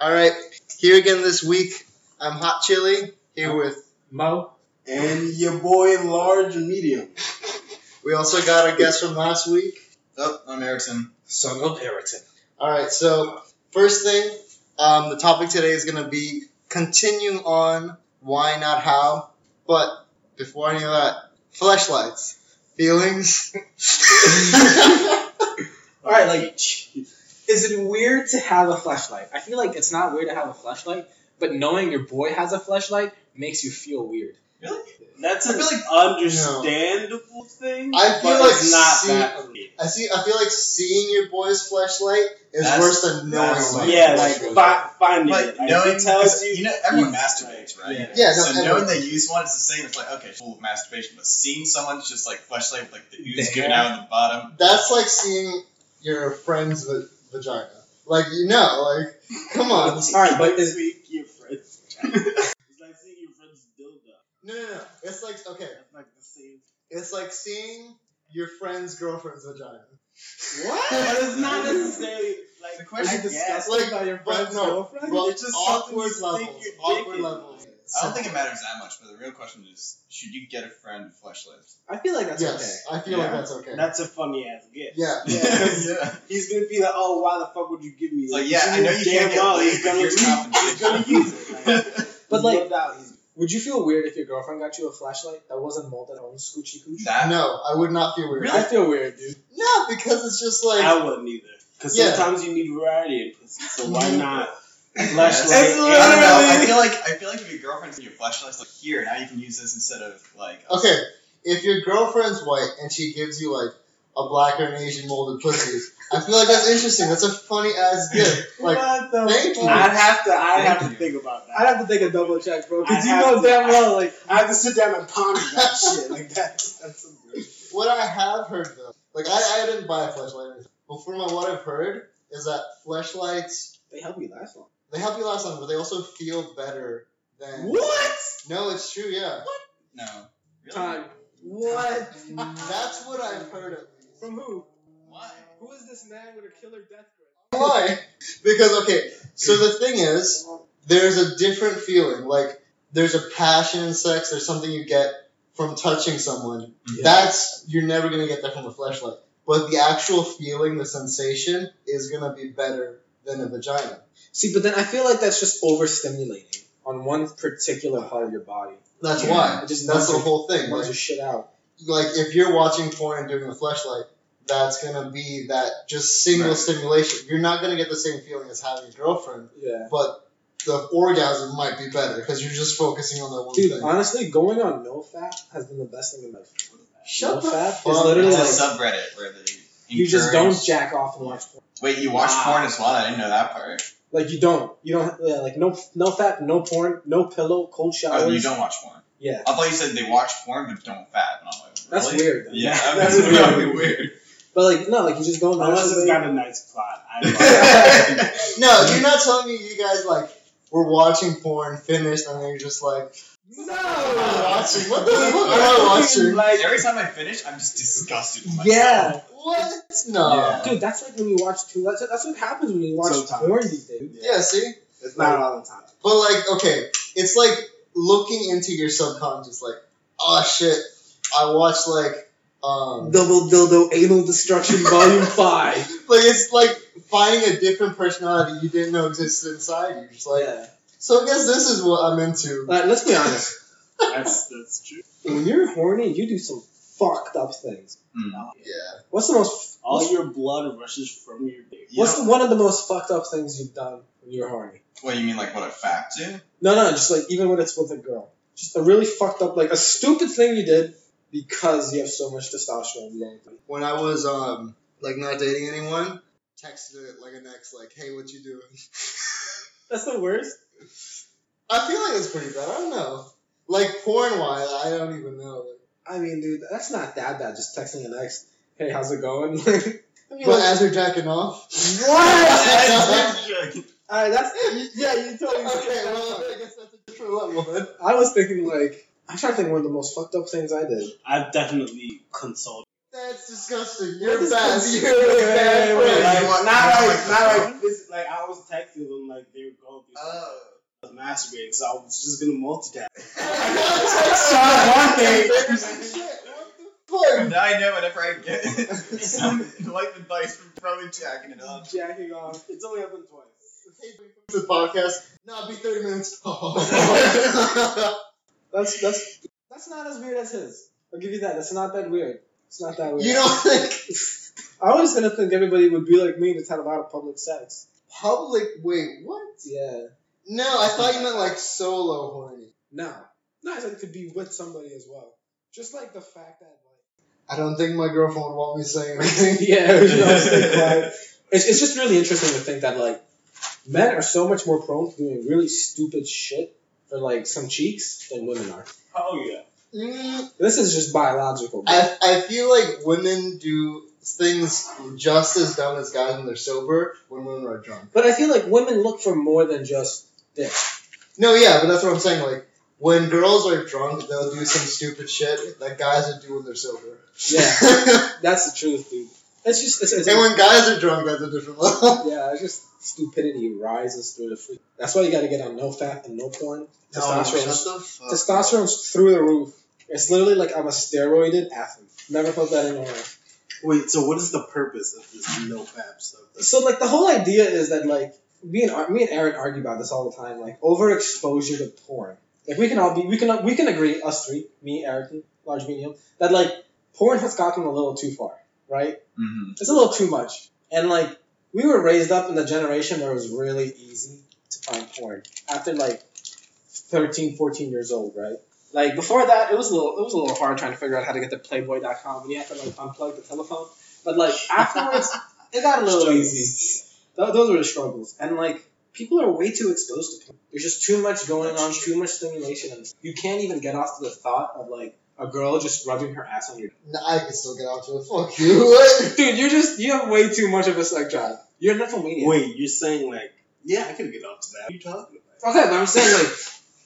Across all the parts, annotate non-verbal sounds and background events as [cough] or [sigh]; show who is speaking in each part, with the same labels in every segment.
Speaker 1: All right, here again this week. I'm Hot Chili here with.
Speaker 2: Mo.
Speaker 3: And your boy large [laughs] medium.
Speaker 1: We also got a guest from last week.
Speaker 3: Up, Oh, I'm Erickson.
Speaker 2: Son of Erickson.
Speaker 1: All right, so first thing, um, the topic today is going to be continue on why not how. But before any of that, flashlights, feelings. [laughs]
Speaker 2: All right, like, is it weird to have a flashlight? I feel like it's not weird to have a flashlight, but knowing your boy has a flashlight makes you feel weird.
Speaker 4: That's
Speaker 1: I
Speaker 4: an
Speaker 1: feel like-
Speaker 4: understandable thing.
Speaker 1: I feel
Speaker 4: but
Speaker 1: like
Speaker 4: it's not
Speaker 1: see-
Speaker 4: that. weird.
Speaker 1: I see. I feel like seeing your boy's flashlight is
Speaker 3: That's-
Speaker 1: worse than knowing.
Speaker 3: that's
Speaker 1: my
Speaker 3: like-
Speaker 4: yeah,
Speaker 1: boy's
Speaker 4: like
Speaker 1: flashlight.
Speaker 4: fi- finding
Speaker 3: Like
Speaker 4: it. Like,
Speaker 3: knowing
Speaker 4: it tells you.
Speaker 3: you know everyone masturbates, right?
Speaker 4: Yeah.
Speaker 1: Yeah, no,
Speaker 3: so
Speaker 1: everyone-
Speaker 3: knowing they use one, it's the same. It's like okay, full of masturbation, but seeing someone's just like flashlight with like the ooze
Speaker 2: Damn.
Speaker 3: coming out of the bottom.
Speaker 1: That's like seeing your friend's va- vagina. Like you know, like come on.
Speaker 2: All right, but is,
Speaker 4: Speak your friends. It's like seeing your friend's dildo.
Speaker 1: No, no, no. It's like okay.
Speaker 4: That's like the same.
Speaker 1: It's like seeing your friend's girlfriend's vagina. [laughs]
Speaker 4: What? But it's not necessarily like
Speaker 3: The question
Speaker 4: I
Speaker 3: is
Speaker 4: guess,
Speaker 1: like-
Speaker 4: by your
Speaker 1: but
Speaker 4: friend's
Speaker 1: no,
Speaker 4: girlfriend.
Speaker 1: Well,
Speaker 4: it's just something you
Speaker 1: awkward
Speaker 4: stick
Speaker 1: levels.
Speaker 4: your dick
Speaker 1: Awkward
Speaker 4: in.
Speaker 1: levels.
Speaker 3: I don't think it matters that much, but the real question is, should you get a friend with flashlights?
Speaker 2: I feel like that's
Speaker 1: yes, I feel like
Speaker 3: Yeah.
Speaker 1: that's okay.
Speaker 4: That's a funny ass gift.
Speaker 1: yeah.
Speaker 3: yeah.
Speaker 4: [laughs]
Speaker 3: [laughs]
Speaker 4: He's gonna be like, oh, why the fuck would you give me?
Speaker 3: It's like
Speaker 4: this?
Speaker 3: yeah, I know you
Speaker 4: damn
Speaker 3: can't get
Speaker 4: well
Speaker 3: laid,
Speaker 4: he's
Speaker 3: but
Speaker 4: gonna
Speaker 3: here's
Speaker 4: use- He's gonna use it. Like,
Speaker 3: compensation.
Speaker 2: But,
Speaker 4: no
Speaker 2: like-
Speaker 4: doubt he's-
Speaker 2: okay. Would you feel weird if your girlfriend got you a flashlight that wasn't molded on scoochy cooch?
Speaker 3: That [laughs]
Speaker 1: No, I would not feel weird.
Speaker 2: I feel weird, dude.
Speaker 1: No, because it's just like
Speaker 4: I wouldn't either. Because
Speaker 1: Yeah.
Speaker 4: sometimes you need variety in pussy, so why
Speaker 1: Mhm.
Speaker 4: not?
Speaker 3: That's-
Speaker 4: Flashlight
Speaker 3: I don't know. I
Speaker 4: and-
Speaker 3: feel like I feel like if your girlfriend's in your flashlights, like here now you can use this instead of like a
Speaker 1: okay. If your girlfriend's white and she gives you like a black or an Asian molded pussy, I feel like that's interesting. That's a funny ass gift. Like
Speaker 4: What the
Speaker 1: thank
Speaker 4: fuck?
Speaker 1: you.
Speaker 4: I'd have to. I'd
Speaker 3: Thank
Speaker 4: have to
Speaker 3: you.
Speaker 4: think about that.
Speaker 2: I'd have to take a double check, bro, because
Speaker 4: I'd
Speaker 2: you
Speaker 4: have
Speaker 2: know
Speaker 4: to-
Speaker 2: damn well,
Speaker 1: [laughs]
Speaker 2: like,
Speaker 4: I have to sit down and ponder that shit. Like that's that's some weird.
Speaker 1: what I have heard though, like I, I didn't buy a flashlight. or anything, But from what I've heard is that flashlights
Speaker 2: they help you last long.
Speaker 1: they help you last longer, but they also feel better than
Speaker 4: What?
Speaker 1: No, it's true. Yeah.
Speaker 3: [laughs] no. Really?
Speaker 2: Time. What?
Speaker 1: That's what I've heard at least.
Speaker 2: From who?
Speaker 3: Why?
Speaker 2: Who is this man with a killer death grip?
Speaker 1: Why? Because okay, so the thing is, there's a different feeling. Like there's a passion in sex. There's something you get from touching someone.
Speaker 3: Yeah.
Speaker 1: That's you're never gonna get that from a flashlight. But the actual feeling, the sensation, is gonna be better than a vagina.
Speaker 2: See, but then I feel like that's just overstimulating on one particular part of your body.
Speaker 1: That's
Speaker 3: Yeah.
Speaker 1: why.
Speaker 2: It just
Speaker 1: That's the
Speaker 2: numbs
Speaker 1: whole
Speaker 2: your-
Speaker 1: thing.
Speaker 2: numbs
Speaker 1: Like,
Speaker 2: your shit out.
Speaker 1: like if you're watching porn and doing a flashlight, that's gonna be that just single
Speaker 3: Right.
Speaker 1: stimulation. You're not gonna get the same feeling as having a girlfriend.
Speaker 2: Yeah.
Speaker 1: but the orgasm might be better because you're just focusing on that one
Speaker 2: Dude,
Speaker 1: thing.
Speaker 2: honestly, going on no fat has been the best thing in life.
Speaker 1: Shut
Speaker 2: no
Speaker 1: the
Speaker 2: fat
Speaker 1: fuck
Speaker 2: is
Speaker 1: up.
Speaker 2: literally
Speaker 3: It's
Speaker 2: like
Speaker 3: a subreddit where they
Speaker 2: you just
Speaker 3: encourage-
Speaker 2: don't Ah. jack off and watch porn.
Speaker 3: Wait, you watch
Speaker 4: Wow.
Speaker 3: porn as well? I didn't know that part.
Speaker 2: Like you don't, you don't, yeah, like no, no fat, no porn, no pillow, cold showers.
Speaker 3: Oh, you don't watch porn.
Speaker 2: Yeah,
Speaker 3: I thought you said they watch porn but don't fat. And I'm like,
Speaker 2: that's
Speaker 3: really?
Speaker 2: weird. Though.
Speaker 3: Yeah,
Speaker 4: That's
Speaker 3: [laughs] that's that would
Speaker 2: [laughs]
Speaker 3: be weird.
Speaker 2: But like no, like you just don't.
Speaker 4: Unless it's
Speaker 2: masturbate.
Speaker 4: got a nice plot. [laughs]
Speaker 3: [laughs]
Speaker 4: I
Speaker 3: yeah,
Speaker 1: No, you're not telling me you guys like were watching porn, finished, and then you're just like, "What am I
Speaker 2: no.
Speaker 1: watching? What the fuck am I watching?
Speaker 4: Like,
Speaker 3: Every time I finish, I'm just disgusted. With myself.
Speaker 2: Yeah,
Speaker 1: What? No.
Speaker 3: Yeah.
Speaker 2: dude, that's like when you watch too. That's that's what happens when you watch
Speaker 4: Sometimes.
Speaker 2: porn these days.
Speaker 1: Yeah. See,
Speaker 4: it's not all the time.
Speaker 1: but like, okay, it's like looking into your subconscious. Like, oh shit, I watched like, um,
Speaker 2: Double dildo anal destruction volume five.
Speaker 1: like it's like finding a different personality you didn't know existed inside you. Just like,
Speaker 2: yeah.
Speaker 1: so I guess this is what I'm into.
Speaker 2: Like, let's be honest.
Speaker 4: That's that's true.
Speaker 2: When you're horny, you do some fucked up things.
Speaker 3: Mm.
Speaker 1: Yeah.
Speaker 2: What's the most?
Speaker 4: All
Speaker 2: what's,
Speaker 4: your blood rushes from your dick.
Speaker 3: You
Speaker 2: what's
Speaker 3: know-
Speaker 2: the, one of the most fucked up things you've done when you're horny?
Speaker 3: What you mean, like what a fat
Speaker 2: [laughs]
Speaker 3: do?
Speaker 2: No, no, just like even when it's with a girl, just a really fucked up, like a stupid thing you did because you have so much testosterone. going through.
Speaker 1: when I was um like not dating anyone, texted it like an ex like, "Hey, what you doing?" [laughs]
Speaker 2: That's the worst.
Speaker 1: I feel like it's pretty bad. I don't know. Like porn wise, I don't even know.
Speaker 2: I mean, dude, that's not that bad. Just texting an ex, hey, how's it going? [laughs] Like, I mean,
Speaker 1: But
Speaker 2: like,
Speaker 1: as you're jacking off,
Speaker 2: Oh.
Speaker 3: [laughs]
Speaker 2: [laughs] what? All right, that's yeah. You
Speaker 1: [laughs] okay,
Speaker 2: totally
Speaker 1: well, I guess that's a different level. Then.
Speaker 2: I was thinking like I'm trying to think one of the most fucked up things I did.
Speaker 4: I've definitely consulted.
Speaker 1: That's disgusting. You're
Speaker 5: is
Speaker 1: best.
Speaker 5: this?
Speaker 1: You're a bad
Speaker 3: wait,
Speaker 1: friend.
Speaker 3: like-
Speaker 2: not
Speaker 3: what-
Speaker 2: like,
Speaker 3: like-
Speaker 2: not like this. Like I was texting them, like they were going through stuff.
Speaker 3: Oh.
Speaker 2: I was masturbating, so I was just gonna multitask.
Speaker 1: [laughs]
Speaker 3: one thing.
Speaker 1: Shit, what the fuck?
Speaker 3: Now I know whenever I get some life advice from probably jacking it up.
Speaker 2: Jacking off. It's only happened twice.
Speaker 1: To the podcast. Nah, be 30 minutes. [laughs]
Speaker 2: That's that's that's not as weird as his. I'll give you that. That's not that weird. It's not that weird.
Speaker 1: you don't think
Speaker 2: I was gonna think everybody would be like me that's had a lot of public sex.
Speaker 1: public? Wait, what?
Speaker 2: Yeah.
Speaker 1: No, I thought you meant like solo horny.
Speaker 2: No. No, I said it could be with somebody as well. Just like the fact that like
Speaker 1: I don't think my girlfriend would want me saying [laughs] anything.
Speaker 2: Yeah, [laughs]
Speaker 3: you know, it's like, like-
Speaker 2: it's, it's just really interesting to think that like men are so much more prone to doing really stupid shit for like some cheeks than women are.
Speaker 3: Oh yeah.
Speaker 1: Mm,
Speaker 2: This is just biological. bro.
Speaker 1: I, I feel like women do things just as dumb as guys when they're sober when women are drunk.
Speaker 2: But I feel like women look for more than just this.
Speaker 1: No, yeah, but that's what I'm saying. Like, when girls are drunk, they'll do some stupid shit that guys would do when they're sober.
Speaker 2: Yeah, that's the truth, dude. That's just it's, it's,
Speaker 1: [laughs] and when guys are drunk, that's a different level.
Speaker 2: yeah, it's just stupidity rises through the free. That's why you got to get on no fat and no porn. [laughs] Testosterone,
Speaker 1: shut the fuck
Speaker 2: testosterone's through the roof. It's literally like I'm a steroided athlete. Never felt that in my life.
Speaker 4: Wait, so what is the purpose of this no fab stuff?
Speaker 2: so like the whole idea is that like me and Ar- me and Aaron argue about this all the time, like overexposure to porn. Like we can all be we can we can agree us three, me, Eric, and large medium, that like porn has gotten a little too far, right?
Speaker 3: [laughs] Mm-hmm.
Speaker 2: It's a little too much, and like we were raised up in the generation where it was really easy to find porn after like 13, 14 years old, right?
Speaker 5: Like before that, it was a little it was a little hard trying to figure out how to get to Playboy.com and you had to like unplug the telephone. But like afterwards, it got a little easy. Th- those were the struggles, and like
Speaker 2: people are way too exposed to porn. There's just too much going on, too much stimulation, and you can't even get off to the thought of like a girl just rubbing her ass on your.
Speaker 1: [laughs] Nah, I can still get out to it. Fuck you. [laughs] What?
Speaker 2: Dude, you're just you have way too much of a sex drive. You're a nymphomaniac.
Speaker 4: Wait, you're saying like, yeah, I could get off to that. What are you talking about?
Speaker 2: Okay, but I'm saying like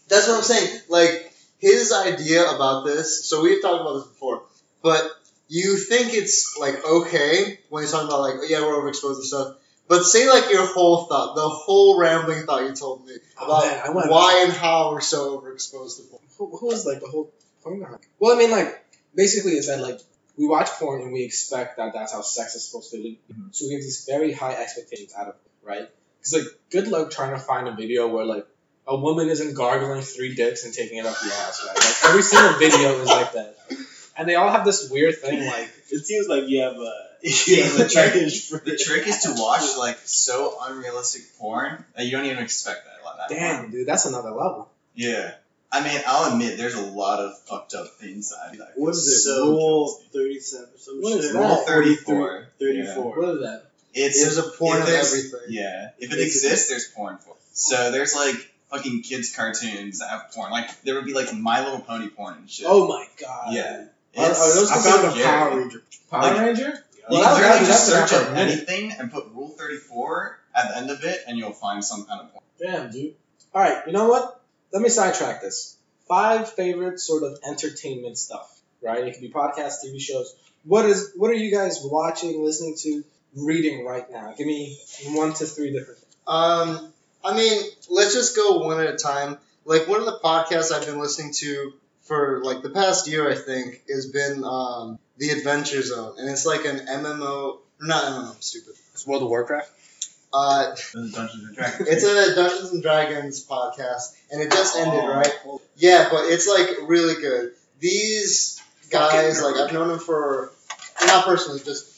Speaker 1: That's what I'm saying. Like, his idea about this, so we've talked about this before, but you think it's, like, okay when he's talking about, like, yeah, we're overexposed and stuff. But say, like, your whole thought, the whole rambling thought you told me about
Speaker 2: man, I went-
Speaker 1: why and how we're so overexposed to porn.
Speaker 2: who, who is like the whole porn behind? Well, I mean like basically it's that like we watch porn and we expect that that's how sex is supposed to be.
Speaker 3: Mhm.
Speaker 2: So we have these very high expectations out of it, right? Because like good luck trying to find a video where like a woman isn't gargling three dicks and taking it up the ass, right? Like every single video is like that. And they all have this weird thing like
Speaker 4: It seems like you have a you
Speaker 2: [laughs]
Speaker 4: have a trash for
Speaker 3: The trick is to watch like so unrealistic porn that you don't even expect that. Like, that
Speaker 2: Damn, dude, that's another level.
Speaker 3: Yeah. I mean, I'll admit there's a lot of fucked up things that I like.
Speaker 4: What is it?
Speaker 3: So
Speaker 4: rule thirty-seven or some
Speaker 2: What
Speaker 4: shit.
Speaker 2: is that?
Speaker 3: Rule 34.
Speaker 4: Thirty-four.
Speaker 2: is that?
Speaker 3: It's
Speaker 1: There's a porn
Speaker 3: if
Speaker 1: of
Speaker 3: there's-
Speaker 1: everything.
Speaker 3: Yeah. If it
Speaker 2: Basically.
Speaker 3: exists, there's porn for it. So there's like fucking kids' cartoons that have porn. Like there would be like My Little Pony porn and shit.
Speaker 2: Oh my god.
Speaker 3: Yeah.
Speaker 2: Are, are
Speaker 3: It's-
Speaker 2: those
Speaker 4: I
Speaker 2: considered
Speaker 4: found
Speaker 3: Fucking
Speaker 4: a Power
Speaker 3: scary.
Speaker 4: Ranger.
Speaker 2: Power
Speaker 3: like-
Speaker 2: Ranger?
Speaker 3: You
Speaker 2: Well,
Speaker 3: can
Speaker 2: that-
Speaker 3: literally
Speaker 2: that-
Speaker 3: just
Speaker 2: that's
Speaker 3: search
Speaker 2: not
Speaker 3: up
Speaker 2: for a minute.
Speaker 3: anything and put Rule 34 at the end of it, and you'll find some kind of porn.
Speaker 2: Damn, dude. All right, you know what? Let me sidetrack this. Five favorite sort of entertainment stuff, right? It could be podcasts, TV shows. What is? What are you guys watching, listening to, reading right now? Give me one to three different.
Speaker 1: Um, I mean, let's just go one at a time. Like one of the podcasts I've been listening to for like the past year, I think, has been um, the Adventure Zone, and it's like an MMO, not MMO, I'm stupid.
Speaker 5: it's World of Warcraft.
Speaker 1: Uh,
Speaker 3: Those are Dungeons and [laughs] Dragons.
Speaker 1: it's a Dungeons and Dragons podcast, and it just ended,
Speaker 3: Oh.
Speaker 1: right? Yeah, but it's like really good. These guys, like I've known them for not personally, just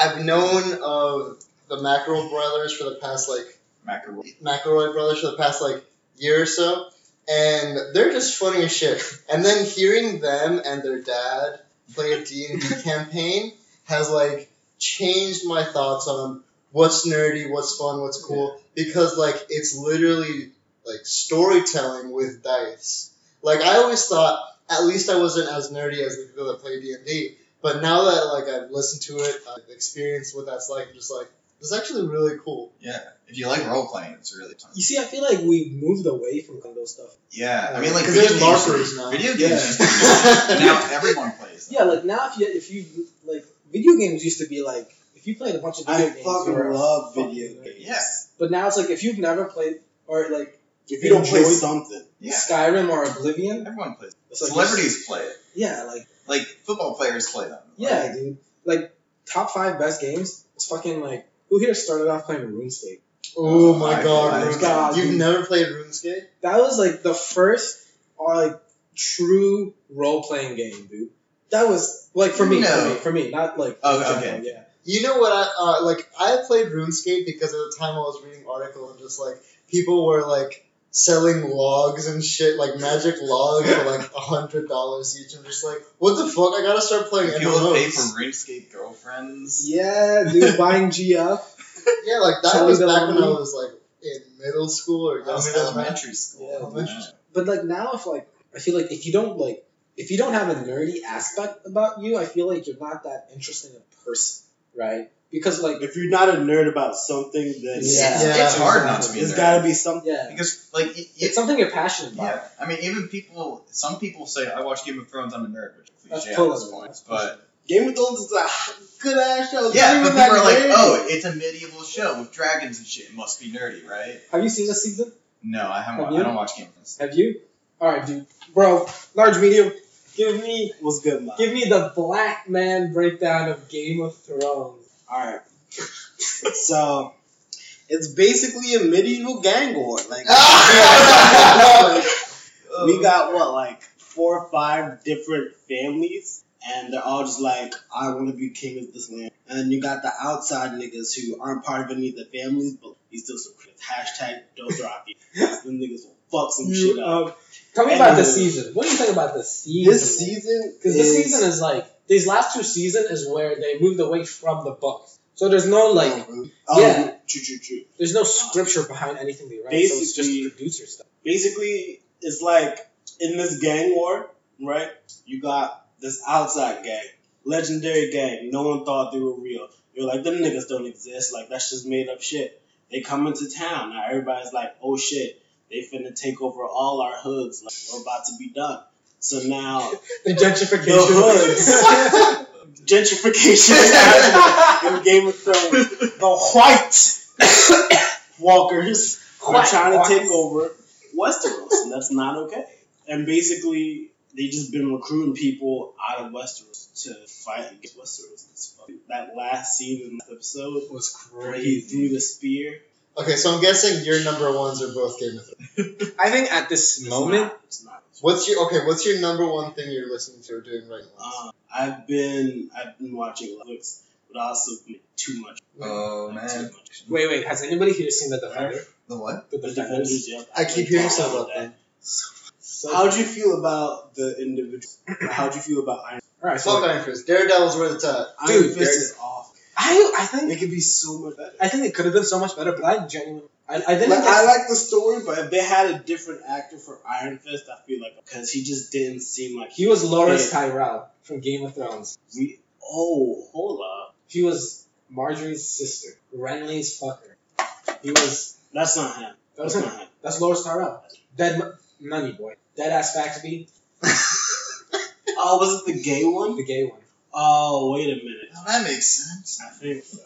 Speaker 1: I've known of the Mackerel brothers for the past like
Speaker 3: Macro.
Speaker 1: McElroy brothers for the past like year or so, and they're just funny as shit. And then hearing them and their dad play a D and D campaign has like changed my thoughts on what's nerdy, what's fun, what's cool, because like it's literally like storytelling with dice. Like I always thought, at least I wasn't as nerdy as the people that play D and D. But now that like I've listened to it, I've experienced what that's like. Just like It's actually really cool.
Speaker 3: Yeah. If you like role playing, it's really fun.
Speaker 2: You see, I feel like we moved away from those stuff.
Speaker 3: Yeah. I mean, like,
Speaker 1: because
Speaker 3: video
Speaker 1: there's
Speaker 3: games.
Speaker 1: markers now.
Speaker 3: Video games.
Speaker 2: Yeah.
Speaker 3: used to be- now everyone plays. them.
Speaker 2: Yeah, like now if you if you like video games used to be like if you played a bunch of video
Speaker 4: I
Speaker 2: games,
Speaker 4: fucking
Speaker 2: you were-
Speaker 4: love
Speaker 2: fucking
Speaker 4: video
Speaker 2: nerd.
Speaker 4: games.
Speaker 3: Yeah.
Speaker 2: but now it's like if you've never played or like
Speaker 4: If you don't play
Speaker 2: Enjoy-
Speaker 4: something,
Speaker 3: Yeah.
Speaker 2: Skyrim or Oblivion,
Speaker 3: Everyone plays.
Speaker 2: it's like
Speaker 3: Celebrities play it.
Speaker 2: Yeah, like
Speaker 3: Like football players play them. Like,
Speaker 2: yeah, dude. Like top five best games. It's fucking like who here started off playing RuneScape?
Speaker 1: Oh my
Speaker 3: I-
Speaker 1: god,
Speaker 3: I-
Speaker 1: RuneScape.
Speaker 2: God,
Speaker 1: You've
Speaker 2: dude.
Speaker 1: never played RuneScape?
Speaker 2: That was like the first or like true role playing game, dude. That was like for me,
Speaker 3: No.
Speaker 2: for me, for me, not like
Speaker 3: Oh,
Speaker 2: in
Speaker 3: okay.
Speaker 2: yeah.
Speaker 1: You know what I uh, like? I played RuneScape because at the time I was reading articles and just like people were like selling logs and shit, like magic logs for like a hundred dollars each. I'm just like, what the fuck? I gotta start playing
Speaker 3: People that pay for
Speaker 1: MMOs.
Speaker 3: RuneScape girlfriends.
Speaker 2: Yeah, dude, [laughs] buying GF.
Speaker 1: Yeah, like that
Speaker 2: Tell
Speaker 1: was
Speaker 2: me the
Speaker 1: back when I
Speaker 2: money.
Speaker 1: was like in middle school or
Speaker 3: [laughs] That was
Speaker 1: younger than that.
Speaker 3: elementary school.
Speaker 2: Yeah,
Speaker 1: elementary
Speaker 2: But like now, if like I feel like if you don't like if you don't have a nerdy aspect about you, I feel like you're not that interesting a person, right? Because like
Speaker 4: if you're not a nerd about something, then
Speaker 3: It's,
Speaker 2: Yeah.
Speaker 3: it's- it's hard not to be.
Speaker 4: There's
Speaker 3: there.
Speaker 4: got to be something.
Speaker 2: yeah,
Speaker 3: because like y- y-
Speaker 2: it's something you're passionate about.
Speaker 3: Yeah, I mean, even people, some people say, I watch Game of Thrones, I'm a nerd, which is
Speaker 2: That's
Speaker 3: cliche at
Speaker 2: totally
Speaker 3: this
Speaker 2: right.
Speaker 3: point.
Speaker 2: That's
Speaker 3: But,
Speaker 4: Game of Thrones is a good ass
Speaker 3: yeah, but
Speaker 4: show. Bring it
Speaker 3: people
Speaker 4: back
Speaker 3: are like,
Speaker 4: in.
Speaker 1: [laughs]
Speaker 3: oh, [laughs] it's a medieval show with dragons and shit. It must be nerdy, right?
Speaker 2: Have you seen this season?
Speaker 3: No, I haven't.
Speaker 2: Have
Speaker 3: I
Speaker 2: you?
Speaker 3: don't watch Game of Thrones.
Speaker 2: Have you? All right, dude, bro, large medium. Give me
Speaker 4: was good, man.
Speaker 2: give me the black man breakdown of Game of Thrones.
Speaker 4: All right. [laughs] so it's basically a medieval gang war. Like
Speaker 1: [laughs]
Speaker 4: we got what like four or five different families, and they're all just like, I want to be king of this land. And then you got the outside niggas who aren't part of any of the families, but he's still some critics. Hashtag [laughs] Dothraki. Them niggas will fuck some shit
Speaker 2: You,
Speaker 4: up.
Speaker 2: um, tell me about
Speaker 4: Anyway.
Speaker 2: this season. What do you think about this season?
Speaker 4: This season,
Speaker 2: Because this season is like these last two season is where they moved away from the book. So there's no like
Speaker 4: oh,
Speaker 2: yeah.
Speaker 4: true, true, true.
Speaker 2: there's no scripture behind anything they write. So it's just
Speaker 4: Basically-
Speaker 2: producer stuff.
Speaker 4: basically it's like in this gang war, right? You got this outside gang, legendary gang. No one thought they were real. You're like, them niggas don't exist. Like that's just made up shit. They come into town. Now everybody's like, oh shit, they finna take over all our hoods. Like we're about to be done. So now
Speaker 2: The
Speaker 4: the
Speaker 1: [laughs]
Speaker 2: gentrification. [laughs]
Speaker 4: hoods, gentrification is happening in Game of Thrones. The white walkers are trying to take over Westeros, and that's not okay. And basically, they just been recruiting people out of Westeros to fight against Westeros. It's fucking- That last scene in the episode
Speaker 2: was
Speaker 4: where
Speaker 2: crazy.
Speaker 4: he threw the spear.
Speaker 1: Okay, so I'm guessing your number ones are both Game of Thrones.
Speaker 2: I think at this
Speaker 4: It's
Speaker 2: moment,
Speaker 4: not- it's not.
Speaker 1: What's your okay? What's your number one thing you're listening to or doing right now?
Speaker 4: Uh, I've been I've been watching Netflix, but also too much.
Speaker 3: Oh,
Speaker 4: Like,
Speaker 3: man.
Speaker 4: Too much.
Speaker 2: wait, wait, has anybody here seen the Defender?
Speaker 3: The what?
Speaker 2: The
Speaker 4: The
Speaker 2: Defenders.
Speaker 4: Defenders, yep.
Speaker 1: I keep hearing stuff about that.
Speaker 2: So,
Speaker 4: How'd you feel about the individual? How'd you feel about Iron?
Speaker 2: all right, so
Speaker 1: Fuck
Speaker 2: like,
Speaker 1: Iron Fist. Daredevil's where it's at.
Speaker 4: Iron
Speaker 2: Dude,
Speaker 4: Fist
Speaker 2: there-
Speaker 4: is off.
Speaker 2: I I think
Speaker 4: It could be so much better.
Speaker 2: I think it could have been so much better, but I genuinely I, I didn't.
Speaker 4: Like,
Speaker 2: think-
Speaker 4: I like the story, but if they had a different actor for Iron Fist, I feel like because he just didn't seem like
Speaker 2: he was Loras
Speaker 4: Yeah.
Speaker 2: Tyrell from Game of Thrones.
Speaker 4: We, oh, hold up,
Speaker 2: He was Marjorie's sister, Renly's fucker. He was.
Speaker 4: that's not him.
Speaker 2: That was
Speaker 4: That's
Speaker 2: him. [laughs]
Speaker 4: not him.
Speaker 2: That's Loris Tyrell. Dead Mo- money boy. Dead ass Faxby,
Speaker 4: Oh, was it the gay one?
Speaker 2: the gay one.
Speaker 4: Oh, wait a minute.
Speaker 3: Oh, that makes sense.
Speaker 4: I think so.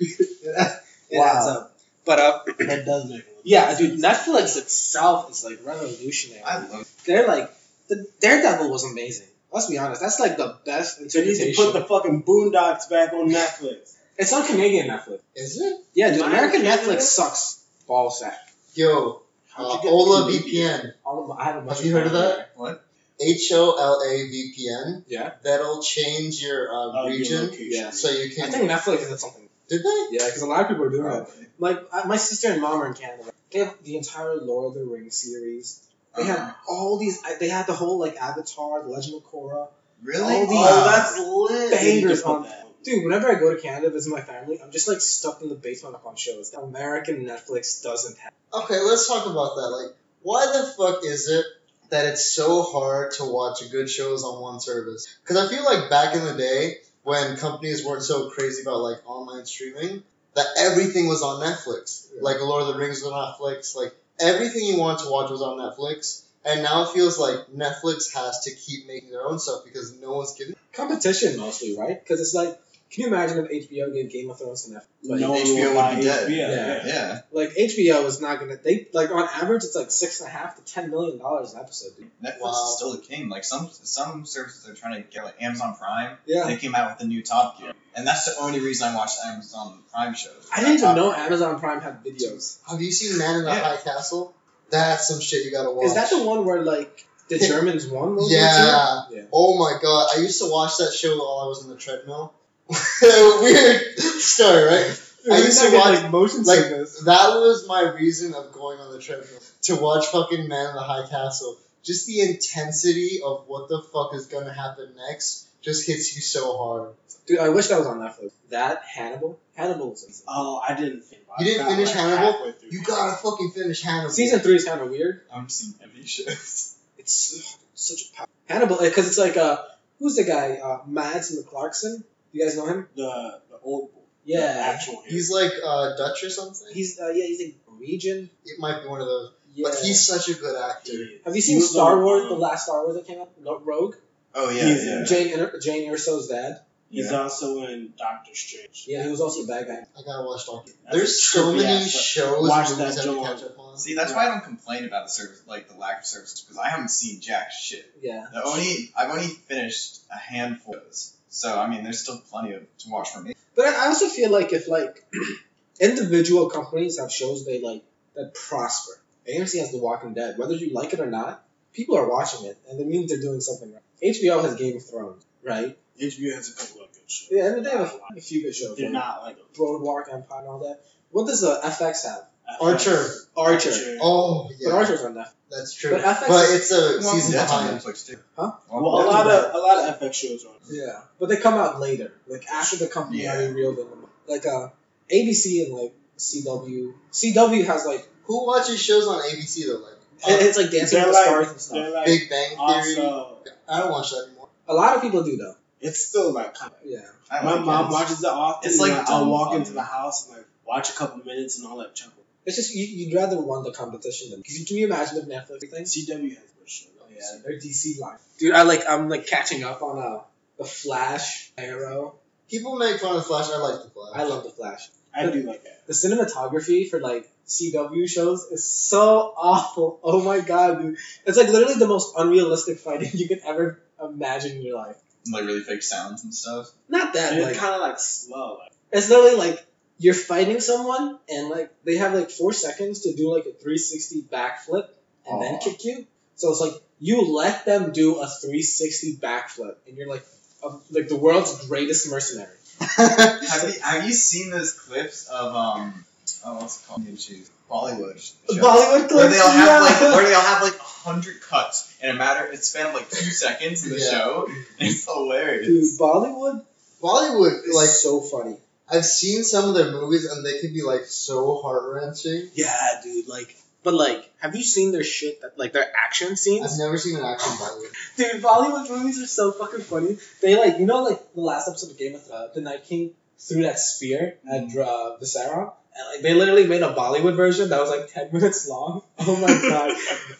Speaker 2: It
Speaker 4: Wow.
Speaker 2: adds up. But uh,
Speaker 4: that does make. A little
Speaker 2: yeah, dude, Netflix itself is like revolutionary.
Speaker 3: [coughs] I love
Speaker 2: They're like the Daredevil was amazing. Let's be honest, that's like the best
Speaker 4: So you need to
Speaker 2: interpretation.
Speaker 4: put the fucking Boondocks back on
Speaker 1: [laughs]
Speaker 4: Netflix.
Speaker 2: it's on Canadian Netflix.
Speaker 1: [laughs] Is it?
Speaker 2: Yeah, dude,
Speaker 4: Mine
Speaker 2: American
Speaker 4: Canadian
Speaker 2: Netflix
Speaker 4: Netflix?
Speaker 2: sucks. Ball sack.
Speaker 1: Yo,
Speaker 4: How'd
Speaker 1: uh,
Speaker 4: you get
Speaker 1: Ola
Speaker 4: the movie?
Speaker 1: VPN.
Speaker 2: All of my, I have a bunch
Speaker 1: Have you heard of that?
Speaker 3: What?
Speaker 1: H O L A VPN.
Speaker 2: Yeah.
Speaker 1: That'll change your uh,
Speaker 4: Oh, your
Speaker 1: region,
Speaker 4: location.
Speaker 2: Yeah.
Speaker 1: so you
Speaker 2: I
Speaker 1: can.
Speaker 2: think Netflix did something.
Speaker 1: Did they?
Speaker 2: Yeah, because a lot of people are doing it.
Speaker 3: Probably.
Speaker 2: Like I- my sister and mom are in Canada. They have the entire Lord of the Rings series. They had
Speaker 3: Uh,
Speaker 2: all these. I- They had the whole like Avatar, The Legend of Korra.
Speaker 3: really?
Speaker 2: all these-
Speaker 4: Oh, that's lit.
Speaker 2: Bangers
Speaker 4: You can put
Speaker 2: on
Speaker 4: that.
Speaker 2: Dude, whenever I go to Canada to visit my family, I'm just like stuck in the basement up on shows that American Netflix doesn't have.
Speaker 1: Okay, let's talk about that. Like, why the fuck is it that it's so hard to watch good shows on one service? Because I feel like back in the day when companies weren't so crazy about like online streaming, that everything was on Netflix. Like Lord of the Rings was on Netflix. Like everything you wanted to watch was on Netflix. And now it feels like Netflix has to keep making their own stuff because no one's giving.
Speaker 2: Competition mostly, right? Because it's like, can you imagine if HBO gave Game of Thrones to Netflix? Like,
Speaker 3: No. HBO would be dead.
Speaker 4: Yeah.
Speaker 2: Yeah.
Speaker 3: Yeah,
Speaker 2: like HBO is not gonna. They like on average, it's like six and a half to ten million dollars an episode. Dude.
Speaker 3: Netflix
Speaker 1: Wow.
Speaker 3: is still the king. Like some some services are trying to get like Amazon Prime.
Speaker 2: Yeah,
Speaker 3: They came out with the new Top Gear, and that's the only reason I watch the Amazon Prime shows.
Speaker 2: I didn't even
Speaker 3: Top
Speaker 2: know
Speaker 3: Gear.
Speaker 2: Amazon Prime had videos.
Speaker 1: Have you seen Man in the
Speaker 3: Yeah.
Speaker 1: High Castle? That's some shit you gotta watch.
Speaker 2: Is that the one where like [laughs] the Germans won? World War II?
Speaker 1: Yeah.
Speaker 2: Yeah.
Speaker 1: Oh my god, I used to watch that show while I was on the treadmill. [laughs] Weird story, right? I used to
Speaker 2: Like,
Speaker 1: watch-
Speaker 2: like motion
Speaker 1: like-
Speaker 2: sickness.
Speaker 1: That was my reason of going on the treadmill to watch fucking Man in the High Castle. Just the intensity of what the fuck is gonna happen next just hits you so hard.
Speaker 2: Dude, I wish that was on Netflix. That Hannibal. Hannibal was insane.
Speaker 4: Oh, I didn't. Think about
Speaker 1: You didn't
Speaker 4: that,
Speaker 1: finish
Speaker 4: like,
Speaker 1: Hannibal?
Speaker 4: halfway through.
Speaker 1: You gotta fucking finish Hannibal.
Speaker 2: Season three is kind of weird.
Speaker 3: I'm seeing every shows. [laughs]
Speaker 4: It's such a power.
Speaker 2: Hannibal, because it's like uh, who's the guy? Uh, Mads McClarkson. You guys know him?
Speaker 4: The the old boy.
Speaker 2: Yeah.
Speaker 4: The actual hero.
Speaker 1: He's like uh, Dutch or something.
Speaker 2: He's uh, yeah, he's like Norwegian.
Speaker 1: It might be one of those.
Speaker 2: Yeah.
Speaker 1: But he's such a good actor.
Speaker 2: Have you
Speaker 4: He
Speaker 2: seen
Speaker 4: was
Speaker 2: Star
Speaker 4: on-
Speaker 2: Wars? The last Star Wars that came out, No, Rogue.
Speaker 3: Oh yeah,
Speaker 4: He's-
Speaker 3: yeah.
Speaker 2: Jane Inter- Jane Erso's dad.
Speaker 4: He's
Speaker 3: Yeah.
Speaker 4: also in Doctor Strange.
Speaker 2: Yeah, he was also a bad guy.
Speaker 1: I gotta watch Doctor.
Speaker 4: That's a
Speaker 1: There's so
Speaker 4: trippy
Speaker 1: many
Speaker 4: ass-
Speaker 1: shows
Speaker 4: Watch
Speaker 1: and movies
Speaker 4: that
Speaker 1: I have to
Speaker 4: Joel.
Speaker 1: catch up on.
Speaker 3: See, that's why I don't complain about the service, like the lack of services, because I haven't seen jack shit.
Speaker 2: Yeah.
Speaker 3: The only I've only finished a handful of those, so I mean, there's still plenty of to watch for me.
Speaker 2: But I I also feel like if like [clears throat] individual companies have shows they like that prosper. AMC has The Walking Dead. Whether you like it or not, people are watching it, and it means they're doing something right. HBO has Game of Thrones, right?
Speaker 4: HBO has a couple of good shows.
Speaker 2: Yeah, and they have a, a few good shows.
Speaker 4: They're
Speaker 2: Like
Speaker 4: not like
Speaker 2: Broadwalk Empire and all that. What does uh, FX have?
Speaker 4: uh,
Speaker 1: Archer.
Speaker 2: Archer.
Speaker 1: Oh
Speaker 2: But
Speaker 1: yeah,
Speaker 2: Archer's on Netflix.
Speaker 1: that's true.
Speaker 2: But FX
Speaker 1: But it's a season
Speaker 3: that's on
Speaker 1: behind.
Speaker 3: Netflix too.
Speaker 2: Huh?
Speaker 4: Well,
Speaker 3: Well,
Speaker 4: a
Speaker 1: that's
Speaker 4: lot
Speaker 1: bad.
Speaker 4: of a lot of FX shows are. on it.
Speaker 2: Yeah, but they come out later, like after the company
Speaker 3: Yeah.
Speaker 2: already reeled in them. Like uh, ABC and like CW. CW has like
Speaker 1: Who watches shows on ABC though? Like
Speaker 2: it- it's like Dancing
Speaker 4: Uh, They're
Speaker 2: with the
Speaker 4: like-
Speaker 2: Stars and stuff.
Speaker 4: They're like
Speaker 1: Big Bang Theory.
Speaker 4: also.
Speaker 1: I don't watch that anymore.
Speaker 2: A lot of people do though.
Speaker 4: It's still like kind of.
Speaker 2: Yeah.
Speaker 3: I
Speaker 4: My
Speaker 3: like
Speaker 4: mom
Speaker 3: it.
Speaker 4: watches it often.
Speaker 3: It's like
Speaker 4: and I'll
Speaker 3: dumb
Speaker 4: walk
Speaker 3: fun.
Speaker 4: into the house and like watch a couple minutes and I'll like chuckle.
Speaker 2: It's just you, you'd rather want the competition than. Can you, can you imagine if Netflix things?
Speaker 4: CW has good shows.
Speaker 2: Oh, Yeah, their DC line. Dude, I like I'm like catching up on uh the Flash, Arrow.
Speaker 1: People make fun of the Flash. I like the Flash.
Speaker 2: I love the Flash.
Speaker 4: I do like that.
Speaker 2: The cinematography for like CW shows is so [laughs] awful. Oh my god, dude! It's like literally the most unrealistic fighting [laughs] you could ever imagine in your life.
Speaker 3: like really fake sounds and stuff.
Speaker 2: Not that
Speaker 4: And
Speaker 2: like
Speaker 4: it's kind of like slow. Like,
Speaker 2: it's literally like you're fighting someone and like they have like four seconds to do like a 360 backflip and then
Speaker 3: Aw.
Speaker 2: kick you. So it's like you let them do a 360 backflip and you're like a, like the world's greatest mercenary.
Speaker 3: Have you have you seen those clips of um oh what's it called Jeez, Bollywood sh- shows?
Speaker 2: Bollywood clips.
Speaker 3: where they'll have like
Speaker 2: yeah.
Speaker 3: where they'll have like a hundred cuts in a matter it's span of like two seconds in the
Speaker 1: Yeah.
Speaker 3: show. It's hilarious.
Speaker 2: Dude, Bollywood
Speaker 1: [laughs] Bollywood.
Speaker 2: is like
Speaker 1: Like
Speaker 2: so funny.
Speaker 1: I've seen some of their movies and they can be like so heart wrenching.
Speaker 2: Yeah, dude. Like, but like, have you seen their shit? That like their action scenes.
Speaker 1: I've never seen an action Bollywood.
Speaker 2: Dude, Bollywood movies are so fucking funny. They like, you know, like the last episode of Game of Thrones, the Night King threw that spear at uh, Visera. And like, they literally made a Bollywood version that was like ten [laughs] minutes long. Oh
Speaker 3: [laughs]
Speaker 2: my god,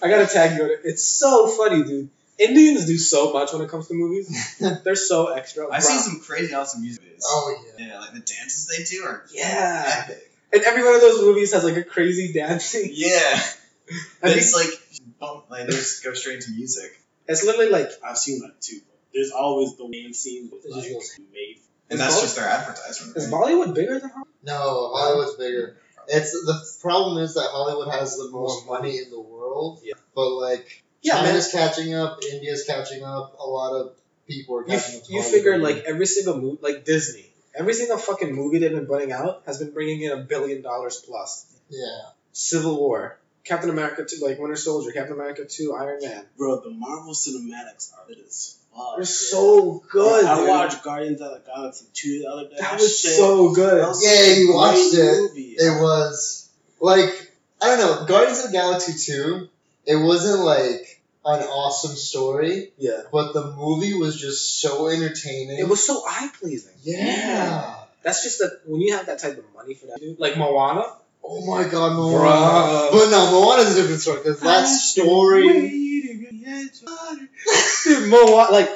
Speaker 2: I gotta tag you on it. It's so funny, dude. Indians do so much when it comes to movies. They're so extra.
Speaker 3: I've seen
Speaker 2: Bruh.
Speaker 3: some crazy awesome music videos.
Speaker 1: [laughs] oh yeah.
Speaker 3: Yeah, like the dances they do are
Speaker 2: [laughs] Yeah.
Speaker 3: epic.
Speaker 2: and every one of those movies has like a crazy dancing.
Speaker 3: Yeah.
Speaker 2: I
Speaker 3: They
Speaker 2: think
Speaker 3: just like bump like they just go straight into music.
Speaker 2: it's literally like
Speaker 4: I've seen like two. But there's always the main scene with
Speaker 2: It
Speaker 4: like
Speaker 2: just goes-
Speaker 4: made.
Speaker 2: Is
Speaker 3: And that's
Speaker 2: Bo-
Speaker 3: just their advertisement.
Speaker 2: is
Speaker 3: right?
Speaker 2: Bollywood bigger than Hollywood?
Speaker 1: No, Hollywood's bigger. It's the problem is that Hollywood has the most money in the world.
Speaker 2: Yeah.
Speaker 1: But like
Speaker 2: Yeah, man.
Speaker 1: China's catching up, India's catching up, a lot of people are
Speaker 2: You,
Speaker 1: catching up. to
Speaker 2: you
Speaker 1: Hollywood.
Speaker 2: figure like every single movie, like Disney, every single fucking movie they've been putting out has been bringing in a billion dollars plus.
Speaker 1: Yeah.
Speaker 2: Civil War, Captain America two, like Winter Soldier, Captain America two, Iron Man.
Speaker 4: Bro, the Marvel cinematics are lit as fuck.
Speaker 2: They're so good.
Speaker 4: I
Speaker 2: dude.
Speaker 4: watched Guardians of the Galaxy 2 the other day.
Speaker 2: That was
Speaker 4: Shit.
Speaker 2: so good.
Speaker 4: That was
Speaker 1: Yeah,
Speaker 4: such a
Speaker 1: you
Speaker 4: great
Speaker 1: watched it.
Speaker 4: movie.
Speaker 1: It was like I don't know, Guardians of the Galaxy two. It wasn't like an awesome story,
Speaker 2: yeah,
Speaker 1: but the movie was just so entertaining.
Speaker 2: it was so eye pleasing.
Speaker 1: yeah.
Speaker 2: That's just that when you have that type of money for that, dude, like Moana.
Speaker 1: Oh my god, Moana. But no, Moana's a different story because that story.
Speaker 2: Dude, Moana, like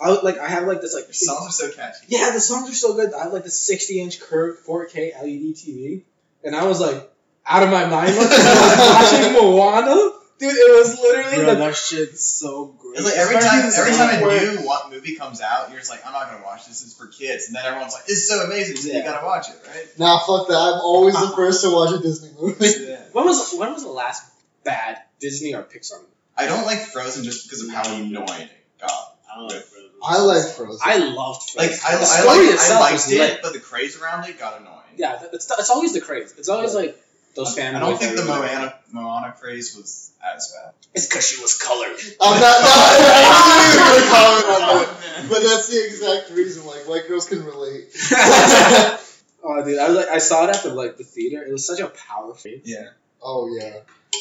Speaker 2: I would- like I have like this like
Speaker 3: Your songs are so catchy.
Speaker 2: yeah, the songs are so good. I have like the 60 inch curved 4K LED TV, and I was like out of my mind like, watching Moana. Dude, it was literally
Speaker 4: Bro,
Speaker 2: the
Speaker 4: that shit's so great.
Speaker 3: It's like every
Speaker 4: Especially
Speaker 3: time,
Speaker 4: the
Speaker 3: every
Speaker 4: song
Speaker 3: time
Speaker 4: where-
Speaker 3: a new wa- movie comes out, you're just like, I'm not gonna watch this. It's for kids, and then everyone's like, it's so amazing, so you
Speaker 5: Yeah.
Speaker 3: gotta watch it, right?
Speaker 1: Nah, fuck that. I'm always the first to watch a Disney movie.
Speaker 2: when was when was the last bad Disney or Pixar? movie?
Speaker 3: I don't like Frozen just because of how annoying it got.
Speaker 4: I like Frozen.
Speaker 1: I like Frozen.
Speaker 2: I loved
Speaker 3: Like I, I,
Speaker 2: The story
Speaker 3: liked, I
Speaker 2: itself
Speaker 3: liked
Speaker 2: is
Speaker 3: it,
Speaker 2: lit.
Speaker 3: but the craze around it got annoying.
Speaker 2: yeah, th- it's, it's always the craze. It's always like those
Speaker 3: I
Speaker 2: fan.
Speaker 3: don't think the Moana Moana craze was as bad.
Speaker 2: It's because she was colored.
Speaker 3: [laughs]
Speaker 2: [laughs]
Speaker 1: I'm not. [laughs] No, [laughs] I wasn't even gonna comment on that.
Speaker 3: man.
Speaker 1: But that's the exact reason. Like white girls can relate.
Speaker 2: Oh, dude, I was like, I saw it at the like the theater. It was such a powerful.
Speaker 1: Oh yeah.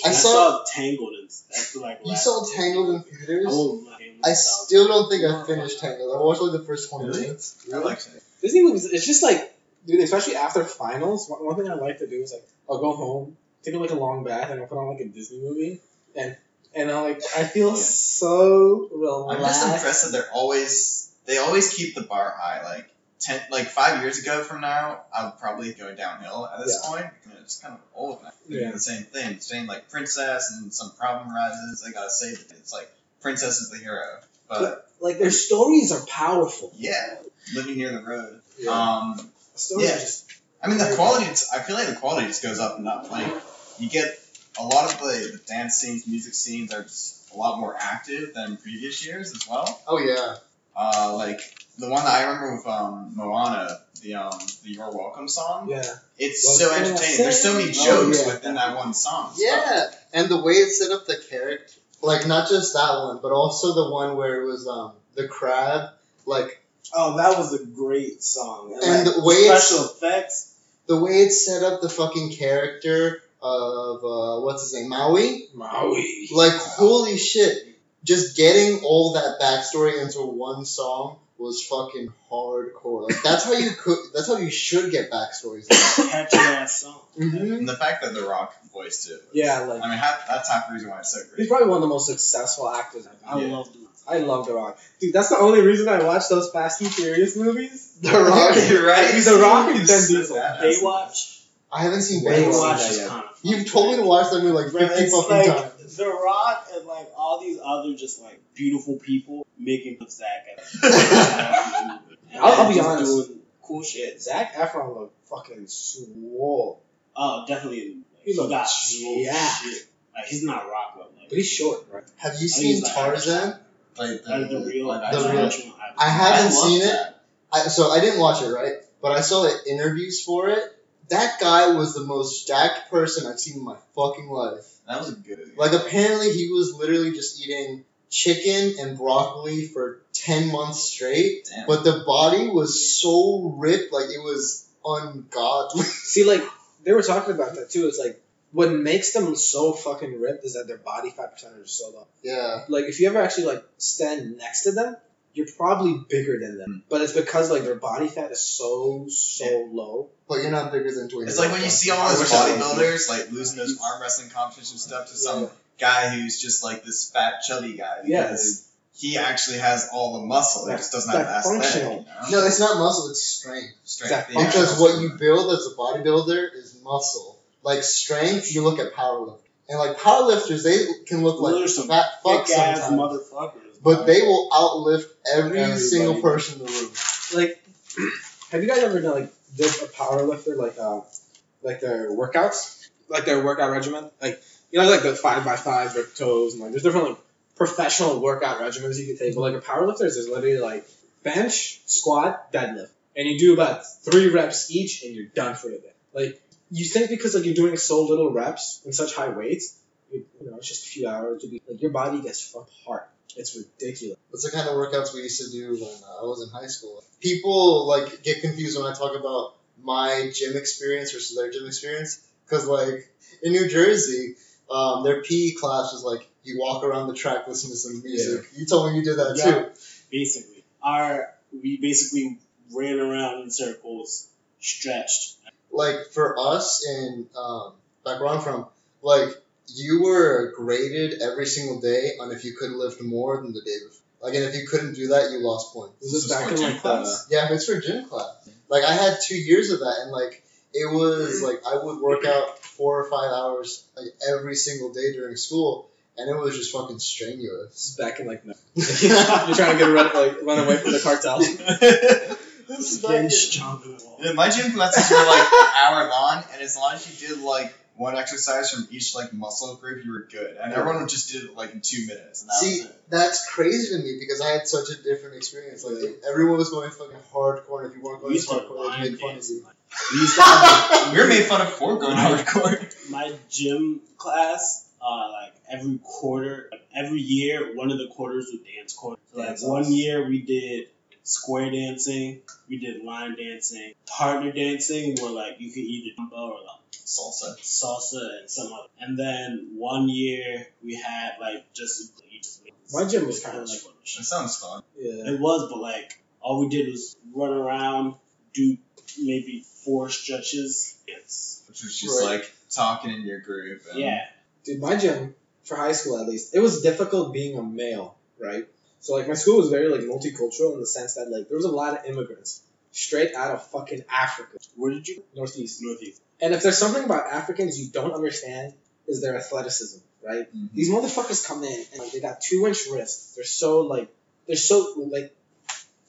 Speaker 4: I,
Speaker 1: I saw.
Speaker 4: saw Tangled and that's like
Speaker 1: You saw Tangled in
Speaker 4: I,
Speaker 1: theaters.
Speaker 4: won't lie,
Speaker 1: I still don't think I finished Tangled. I watched like the first twenty
Speaker 3: Really?
Speaker 1: minutes.
Speaker 3: I liked it.
Speaker 2: Disney movies, it's just like, dude, especially after finals. One, one thing I like to do is like, I'll go home, take like a long bath, and I'll put on like a Disney movie, and and I like, I feel
Speaker 3: Yeah.
Speaker 2: so
Speaker 3: I'm just
Speaker 2: relaxed.
Speaker 3: impressed that they're always they always keep the bar high. Like ten, like five years ago from now, I'll probably go downhill at this point. You know, It's kind of old now. They're doing
Speaker 2: Yeah.
Speaker 3: the same thing, same like princess and some problem arises. They gotta save it. It's like princess is the hero, but
Speaker 2: Like their stories are powerful.
Speaker 3: yeah, living near the road.
Speaker 2: Yeah.
Speaker 3: Um,
Speaker 2: Stories
Speaker 3: Yeah.
Speaker 2: are just
Speaker 3: I mean, the quality, it's- I feel like the quality just goes up and up. Like, you get a lot of the, the dance scenes, music scenes are just a lot more active than previous years as well.
Speaker 1: Oh yeah.
Speaker 3: Uh, like, the one that I remember with um, Moana, the, um, the You're Welcome song,
Speaker 2: yeah.
Speaker 3: it's
Speaker 2: Well,
Speaker 3: so
Speaker 2: can I
Speaker 3: entertaining. There's so many
Speaker 2: say-
Speaker 3: jokes
Speaker 1: Oh, yeah.
Speaker 3: within that one song. as well.
Speaker 1: Yeah, and the way it set up the character, like not just that one, but also the one where it was um the crab, like
Speaker 4: Oh, that was a great song.
Speaker 1: And
Speaker 4: like,
Speaker 1: the way it's-
Speaker 4: special effects.
Speaker 1: the way it set up the fucking character of uh, what's his name Maui.
Speaker 2: Maui.
Speaker 1: Like holy shit, just getting all that backstory into one song was fucking hardcore. Like that's how you could. That's how you should get backstories.
Speaker 4: Catchy ass song.
Speaker 1: mm-hmm.
Speaker 3: And the fact that The Rock voiced it.
Speaker 2: Yeah,
Speaker 3: I
Speaker 2: like
Speaker 3: mean, half, that's half the reason why it's so
Speaker 2: he's [laughs]
Speaker 3: great.
Speaker 2: probably one of the most successful actors. I've
Speaker 4: I
Speaker 3: Yeah.
Speaker 4: love them.
Speaker 2: I love The Rock, dude. That's the only reason I watch those Fast and Furious movies.
Speaker 1: The Rock.
Speaker 3: You're right.
Speaker 2: He's The Rock and
Speaker 3: [laughs] He's
Speaker 2: Ben
Speaker 3: so
Speaker 2: Diesel.
Speaker 3: badass.
Speaker 4: Baywatch.
Speaker 1: I haven't seen Baywatch.
Speaker 4: Baywatch is kind of.
Speaker 1: You've told me to watch that movie like
Speaker 4: Bro,
Speaker 1: fifty
Speaker 4: it's
Speaker 1: fucking
Speaker 4: like
Speaker 1: times.
Speaker 4: The Rock and like all these other just like beautiful people making of Zach.
Speaker 3: uh,
Speaker 1: I'll-
Speaker 2: I'll be honest.
Speaker 4: Doing cool shit.
Speaker 2: Zach Efron looked fucking swole,
Speaker 4: Oh, definitely. Like,
Speaker 2: He's
Speaker 4: he
Speaker 2: a
Speaker 4: got
Speaker 2: jack.
Speaker 4: shit. Like he's not rock but like,
Speaker 2: but he's short, right?
Speaker 1: Have you seen
Speaker 4: like-
Speaker 1: Tarzan?
Speaker 3: Like, the,
Speaker 4: like the real,
Speaker 3: like, I-
Speaker 1: The
Speaker 4: the
Speaker 1: real-
Speaker 4: original.
Speaker 1: I
Speaker 3: I
Speaker 1: haven't
Speaker 3: love
Speaker 1: seen it.
Speaker 3: that.
Speaker 1: I, so I didn't watch it, right? But I saw the interviews for it. That guy was the most jacked person I've seen in my fucking life.
Speaker 3: That was a good.
Speaker 1: Like, apparently, he was literally just eating chicken and broccoli for 10 months straight.
Speaker 3: Damn.
Speaker 1: But the body was so ripped, like, it was ungodly. [laughs]
Speaker 2: See, like they were talking about that too. It's like what makes them so fucking ripped is that their body fat percentage is so low.
Speaker 1: yeah.
Speaker 2: Like if you ever actually like stand next to them, you're probably bigger than them. But it's because like their body fat is so so low.
Speaker 1: But you're not bigger than 20.
Speaker 3: It's like when you see all
Speaker 1: I
Speaker 3: those
Speaker 1: wish I was.
Speaker 3: bodybuilders like losing those arm wrestling competition stuff to some guy who's just like this fat chubby guy because he actually has all the muscle. He
Speaker 2: That-
Speaker 3: just doesn't have the
Speaker 2: that
Speaker 3: aesthetic. You
Speaker 2: functional.
Speaker 3: know?
Speaker 1: No, it's not muscle, it's strength.
Speaker 3: Strength,
Speaker 2: that
Speaker 3: yeah.
Speaker 1: Because what
Speaker 3: [laughs]
Speaker 1: you build as a bodybuilder is muscle. Like, strength, you look at powerlifters. And, like, powerlifters, they can look like
Speaker 4: There's some
Speaker 1: fat fuck
Speaker 4: Thick ass
Speaker 1: sometimes.
Speaker 4: motherfuckers.
Speaker 1: But they will outlift every
Speaker 2: Everybody.
Speaker 1: single person in the room.
Speaker 2: Like, [clears throat] have you guys ever done like did a power lifter like uh like their workouts, like their workout regimen, like you know like the five by five rip toes and like there's different like professional workout regimens you could take. But like a power lifter is literally like bench, squat, deadlift, and you do about three reps each, and you're done for the day. Like you think because like you're doing so little reps and such high weights, you, you know it's just a few hours to be like your body gets fucked apart. It's ridiculous.
Speaker 1: That's the kind of workouts we used to do when uh, I was in high school. People like get confused when I talk about my gym experience versus their gym experience because like in New Jersey, um, their PE class was like you walk around the track listening to some music. You told me you did that
Speaker 4: Yeah.
Speaker 1: too.
Speaker 4: basically. Our we basically ran around in circles, stretched.
Speaker 1: like for us in um, back where I'm from, like you were graded every single day on if you could lift more than the day before. Like, and if you couldn't do that, you lost points.
Speaker 2: This
Speaker 3: This
Speaker 2: is
Speaker 3: is
Speaker 2: back
Speaker 3: for
Speaker 2: in
Speaker 3: gym
Speaker 2: like the
Speaker 3: class?
Speaker 1: Yeah, it's for gym class. Like I had two years of that, and like it was like I would work out four or five hours like every single day during school, and it was just fucking strenuous.
Speaker 2: [laughs] this is back in like the-
Speaker 1: [laughs] yeah,
Speaker 2: you're trying to get rid like run away from the cartel.
Speaker 1: This is
Speaker 4: Getting stronger.
Speaker 3: Yeah, my gym classes were like an hour long, and as long as you did like one exercise from each like muscle group, you were good. And everyone just did it like in two minutes, and that
Speaker 1: See,
Speaker 3: was it.
Speaker 1: that's crazy to me because I had such a different experience. Like everyone was going fucking hardcore, and if you weren't
Speaker 4: We
Speaker 1: going
Speaker 4: used to
Speaker 1: hardcore, they
Speaker 4: line
Speaker 1: made fun of
Speaker 4: dance.
Speaker 1: you.
Speaker 4: We used to have
Speaker 3: We were made fun of for going hardcore.
Speaker 4: my gym class. Uh, like every quarter, like every year, one of the quarters was dance quarter. So, like
Speaker 3: Dance
Speaker 4: one
Speaker 3: offs.
Speaker 4: year we did square dancing, we did line dancing, partner dancing, where like you could either jumbo or like
Speaker 3: Salsa.
Speaker 4: salsa and some other. And then one year we had like just you just made
Speaker 2: My gym was kinda like-
Speaker 3: That sounds fun.
Speaker 2: Yeah.
Speaker 4: it was, but like all we did was run around, do maybe four stretches. Yes.
Speaker 3: Which was just
Speaker 1: Right.
Speaker 3: like talking in your group. And
Speaker 4: Yeah.
Speaker 2: Dude, my gym for high school at least, it was difficult being a male, right? So like my school was very like multicultural in the sense that like there was a lot of immigrants straight out of fucking Africa,
Speaker 4: Where did you
Speaker 2: northeast.
Speaker 4: Northeast?
Speaker 2: And if there's something about Africans you don't understand is their athleticism, right?
Speaker 3: Mhm.
Speaker 2: These motherfuckers come in and like, they got two inch wrists. They're so like they're so like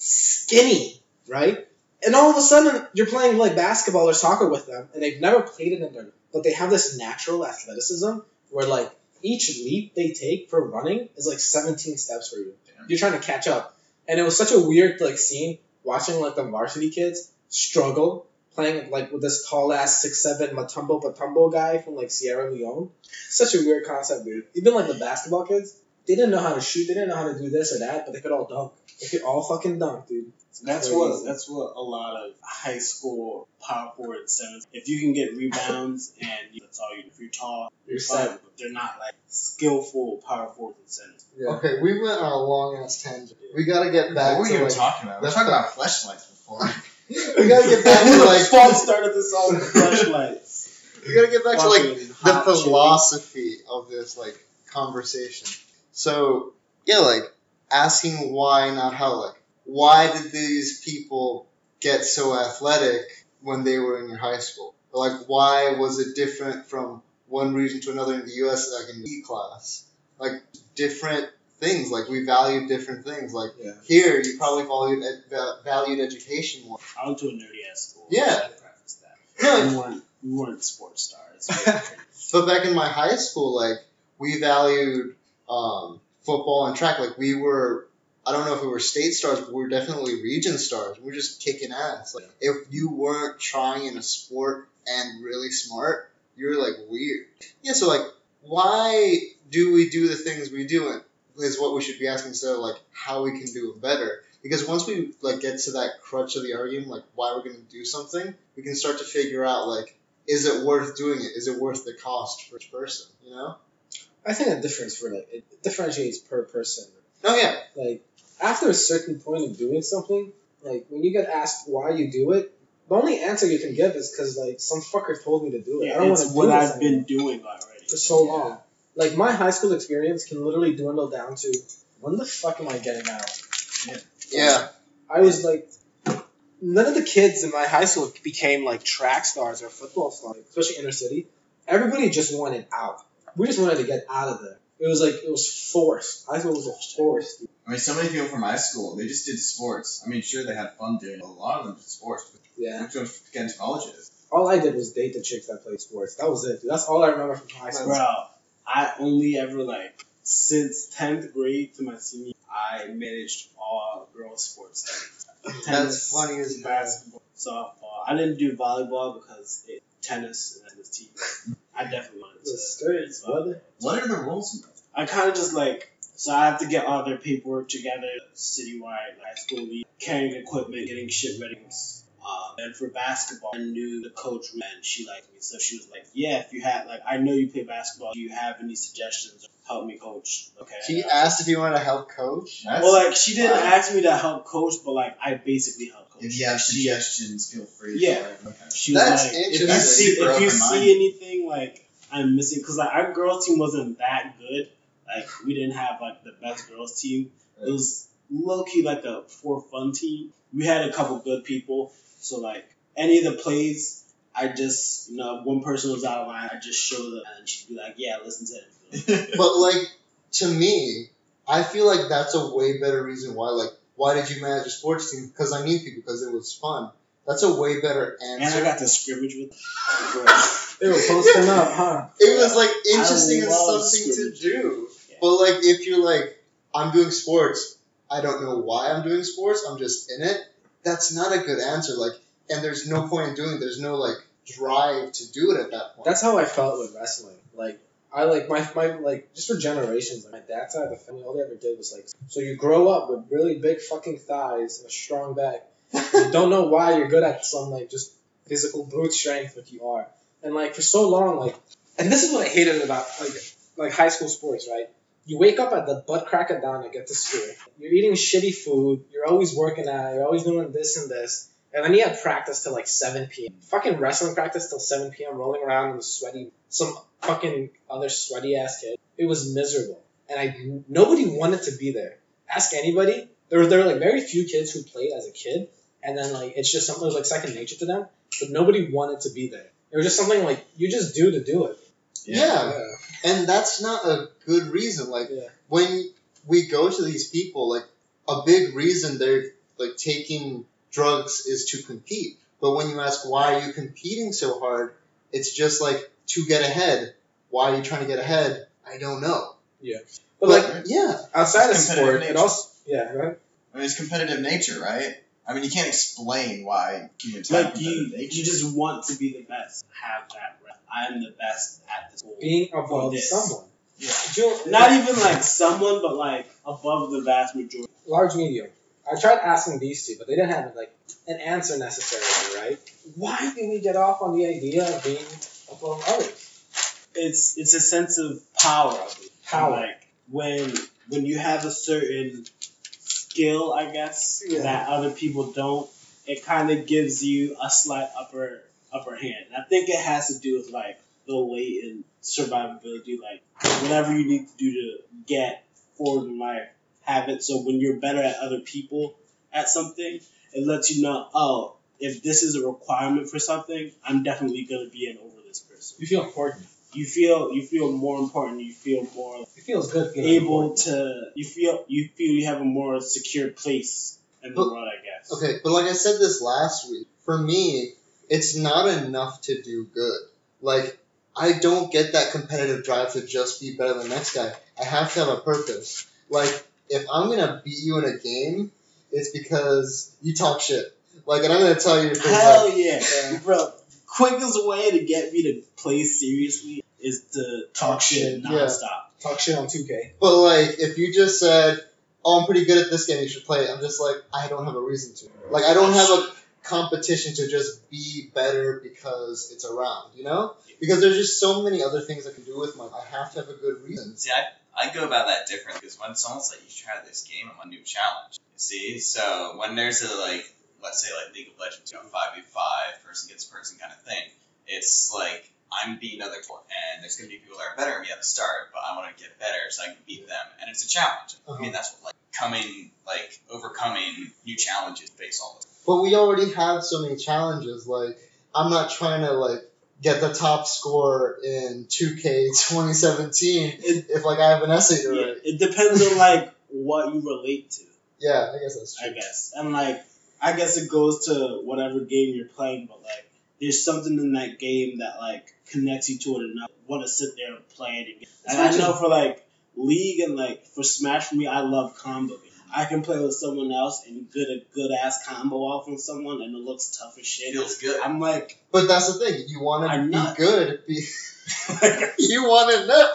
Speaker 2: skinny, right? And all of a sudden you're playing like basketball or soccer with them, and they've never played it in their but they have this natural athleticism where like each leap they take for running is like 17 steps for you.
Speaker 3: Damn.
Speaker 2: You're trying to catch up, and it was such a weird like scene watching like the varsity kids struggle playing like with this tall ass six seven Matumbo Patumbo guy from like Sierra Leone. Such a weird concept, dude. Even like the basketball kids, they didn't know how to shoot, they didn't know how to do this or that, but they could all dunk. They could all fucking dunk, dude.
Speaker 4: That's
Speaker 2: crazy.
Speaker 4: what that's what a lot of high school power forward sevens. If you can get rebounds and you- that's all you. If you're tall,
Speaker 2: You're
Speaker 4: you're fine, but they're not like skillful power forwards and centers.
Speaker 2: Yeah.
Speaker 1: Okay, we went on a long ass tangent. We gotta get back
Speaker 3: What were
Speaker 1: to
Speaker 3: you even
Speaker 1: like,
Speaker 3: talking about? We were
Speaker 1: that's
Speaker 3: talking
Speaker 1: the-
Speaker 3: about fleshlights before.
Speaker 1: [laughs] we gotta get back
Speaker 4: [laughs]
Speaker 1: to like
Speaker 4: False start of this
Speaker 1: [laughs]
Speaker 4: all flashlights.
Speaker 1: we gotta get back to like
Speaker 4: Fucking
Speaker 1: the
Speaker 4: hot chili.
Speaker 1: philosophy of this like conversation. So yeah, like asking why, not how. Like, why did these people get so athletic when they were in your high school? Or, like, why was it different from one region to another in the U.S. Like in E class, like different things. Like we valued different things. Like
Speaker 2: Yeah.
Speaker 1: here, you probably valued ed- va- valued education more.
Speaker 4: I went to a nerdy ass school.
Speaker 1: Yeah.
Speaker 4: I practiced that.
Speaker 1: No,
Speaker 4: we weren't we weren't sports
Speaker 1: [laughs]
Speaker 4: stars. We were-
Speaker 1: But back in my high school, like we valued um, football and track. Like we were, I don't know if we were state stars, but we were definitely region stars. We were just kicking ass. Like if you weren't trying in a sport and really smart, you're like weird. Yeah. So like, why do we do the things we do? And is what we should be asking instead of like how we can do it better. Because once we like get to that crutch of the argument, like why we're gonna do something, we can start to figure out like is it worth doing it? Is it worth the cost for each person? You know?
Speaker 2: I think that difference for like it differentiates per person.
Speaker 1: No, Oh, yeah,
Speaker 2: Like after a certain point of doing something, like when you get asked why you do it, the only answer you can give is because like some fucker told me to do it. I
Speaker 4: Yeah,
Speaker 2: don't want to
Speaker 4: it's
Speaker 2: do
Speaker 4: what
Speaker 2: this
Speaker 4: I've
Speaker 2: anymore
Speaker 4: been doing already.
Speaker 2: for so long. Like my high school experience can literally dwindle down to when the fuck am I getting out?
Speaker 1: yeah.
Speaker 2: I was like, none of the kids in my high school became like track stars or football stars, especially inner city. Everybody just wanted out. We just wanted to get out of there. It was like it was forced. High school was a forced.
Speaker 3: I mean, so many people from my school, they just did sports. I mean, sure, they had fun doing it. A lot of them did sports, but
Speaker 2: Yeah.
Speaker 3: look what Kent College is.
Speaker 2: All I did was date the chicks that played sports. That was it. That's all I remember from high school.
Speaker 4: Bro, I only ever like since tenth grade to my senior, year, I managed all girls sports. teams.
Speaker 1: That's
Speaker 4: tennis,
Speaker 1: funny as hell.
Speaker 4: basketball, softball. I didn't do volleyball because it tennis and then the team. I definitely wanted
Speaker 2: The
Speaker 4: to.
Speaker 2: skirts, brother.
Speaker 3: What are the rules? man?
Speaker 4: I kind of just like so I have to get all their paperwork together, citywide, high school league, carrying equipment, getting shit ready, um, And for basketball, I knew the coach and she liked me. So she was like, Yeah, if you had like I know you play basketball, do you have any suggestions? Help me coach. Okay.
Speaker 1: She asked if you wanted to help coach.
Speaker 3: That's-
Speaker 4: Well like she didn't
Speaker 3: Wow.
Speaker 4: ask me to help coach, but like I basically helped coach.
Speaker 3: if you have
Speaker 4: she,
Speaker 3: suggestions, feel free. to-
Speaker 4: Yeah.
Speaker 3: Okay.
Speaker 4: she was
Speaker 1: That's
Speaker 4: like if you
Speaker 1: interesting.
Speaker 4: see
Speaker 3: Super
Speaker 4: if you
Speaker 3: open-minded.
Speaker 4: see anything like I'm missing because like our girls team wasn't that good. Like we didn't have like the best girls team. It was low key like a for fun team. We had a couple good people, so like any of the plays, I just you know if one person was out of line, I just show them and she'd be like, yeah, listen to him.
Speaker 3: [laughs]
Speaker 1: But like to me, I feel like that's a way better reason why. Like, why did you manage a sports team? Because I need people. Because it was fun. That's a way better
Speaker 4: and I
Speaker 1: answer.
Speaker 4: got to scrimmage with. Girls.
Speaker 2: They were posting up, huh?
Speaker 1: it was like interesting and
Speaker 4: love
Speaker 1: something
Speaker 4: scrimmage.
Speaker 1: to do.
Speaker 4: Yeah.
Speaker 1: But like if you're like, I'm doing sports, I don't know why I'm doing sports, I'm just in it, that's not a good answer. Like and there's no point in doing it. There's no like drive to do it at that point.
Speaker 2: That's how I felt with wrestling. Like I like my my like just for generations, like, my dad's side of the family, all they ever did was like so you grow up with really big fucking thighs and a strong back.
Speaker 1: [laughs]
Speaker 2: You don't know why you're good at some like just physical brute strength, but you are. And like for so long, like and this is what I hated about like like high school sports, right? You wake up at the butt crack of dawn to get to school. You're eating shitty food. You're always working out. You're always doing this and this. And then he had practice till like 7 p.m. Fucking wrestling practice till 7 p.m. Rolling around in the sweaty, some fucking other sweaty ass kid. It was miserable, and I nobody wanted to be there. Ask anybody. There were there were like very few kids who played as a kid, and then like it's just something that was like second nature to them. But nobody wanted to be there. It was just something like you just do to do it.
Speaker 1: yeah. And that's not a good reason. Like
Speaker 2: Yeah.
Speaker 1: when we go to these people, like a big reason they're like taking drugs is to compete. But when you ask why are you competing so hard, it's just like to get ahead. Why are you trying to get ahead? I don't know.
Speaker 2: But like
Speaker 3: Right.
Speaker 1: Yeah.
Speaker 2: outside of
Speaker 3: Competitive
Speaker 2: sport, it
Speaker 3: nature.
Speaker 2: also yeah. Right?
Speaker 3: I mean, it's competitive nature, right? I mean, you can't explain why you attack
Speaker 4: Like you,
Speaker 3: competitive nature.
Speaker 4: you just want to be the best. Have that. rep. I'm the best at this. Whole.
Speaker 2: Being above
Speaker 4: this.
Speaker 2: someone.
Speaker 3: Yeah.
Speaker 2: Do-
Speaker 4: Not even like someone, but like above the vast majority.
Speaker 2: large medium. I tried asking these two, but they didn't have like an answer necessarily, right? Why do we get off on the idea of being above others?
Speaker 4: It's it's a sense of power. I believe.
Speaker 2: Power.
Speaker 4: Like when when you have a certain skill, I guess
Speaker 2: Yeah.
Speaker 4: that other people don't, it kind of gives you a slight upper upper hand. And I think it has to do with like the weight and survivability, like whatever you need to do to get forward in life, have it. So when you're better at other people at something, it lets you know, oh, if this is a requirement for something, I'm definitely gonna be in over this person.
Speaker 2: You feel important.
Speaker 4: You feel you feel more important. You feel more
Speaker 2: It feels good feeling
Speaker 4: able
Speaker 2: important.
Speaker 4: to you feel you feel you have a more secure place in the
Speaker 1: But-
Speaker 4: world, I guess.
Speaker 1: Okay, but like I said this last week, for me, it's not enough to do good. Like, I don't get that competitive drive to just be better than the next guy. I have to have a purpose. Like, if I'm gonna beat you in a game, it's because you talk shit. Like, and I'm gonna tell you things
Speaker 4: Hell
Speaker 1: like,
Speaker 4: yeah,
Speaker 2: Yeah.
Speaker 4: bro! Quickest way to get me to play seriously is to talk shit
Speaker 1: shit, yeah.
Speaker 4: nonstop.
Speaker 2: talk shit on 2K.
Speaker 1: but like, if you just said, "Oh, I'm pretty good at this game, you should play it," I'm just like, I don't have a reason to. Like, I don't have a competition to just be better because it's around, you know? Because there's just so many other things I can do with my. I have to have a good reason.
Speaker 6: See, I, I go about that differently because when someone's like, you should try this game, I'm on new challenge. See, so when there's a like, let's say like League of Legends, you know, five v five, person gets person kind of thing, it's like I'm beating other people, and there's gonna be people that are better at me at the start, but I want to get better so I can beat them, and it's a challenge. I
Speaker 1: Uh-huh.
Speaker 6: mean, that's what like coming, like overcoming new challenges based on.
Speaker 1: But we already have so many challenges. Like, I'm not trying to like get the top score in 2K 2017
Speaker 4: It-
Speaker 1: if like I have an essay to
Speaker 4: Yeah,
Speaker 1: write.
Speaker 4: it depends on like what you relate to,
Speaker 1: Yeah, I guess that's true.
Speaker 4: I guess, and like I guess it goes to whatever game you're playing, but like there's something in that game that like connects you to it enough want to sit there and play it. Again.
Speaker 2: It's
Speaker 4: And I
Speaker 2: not
Speaker 4: know for like League and like for Smash for me, I love combo. I can play with someone else and get a good ass combo off on someone, and it looks tough as
Speaker 6: It
Speaker 4: shit.
Speaker 6: feels good.
Speaker 4: I'm like, [laughs]
Speaker 1: But that's the thing. You want to
Speaker 4: I'm
Speaker 1: be
Speaker 4: not.
Speaker 1: good. Be- you want to know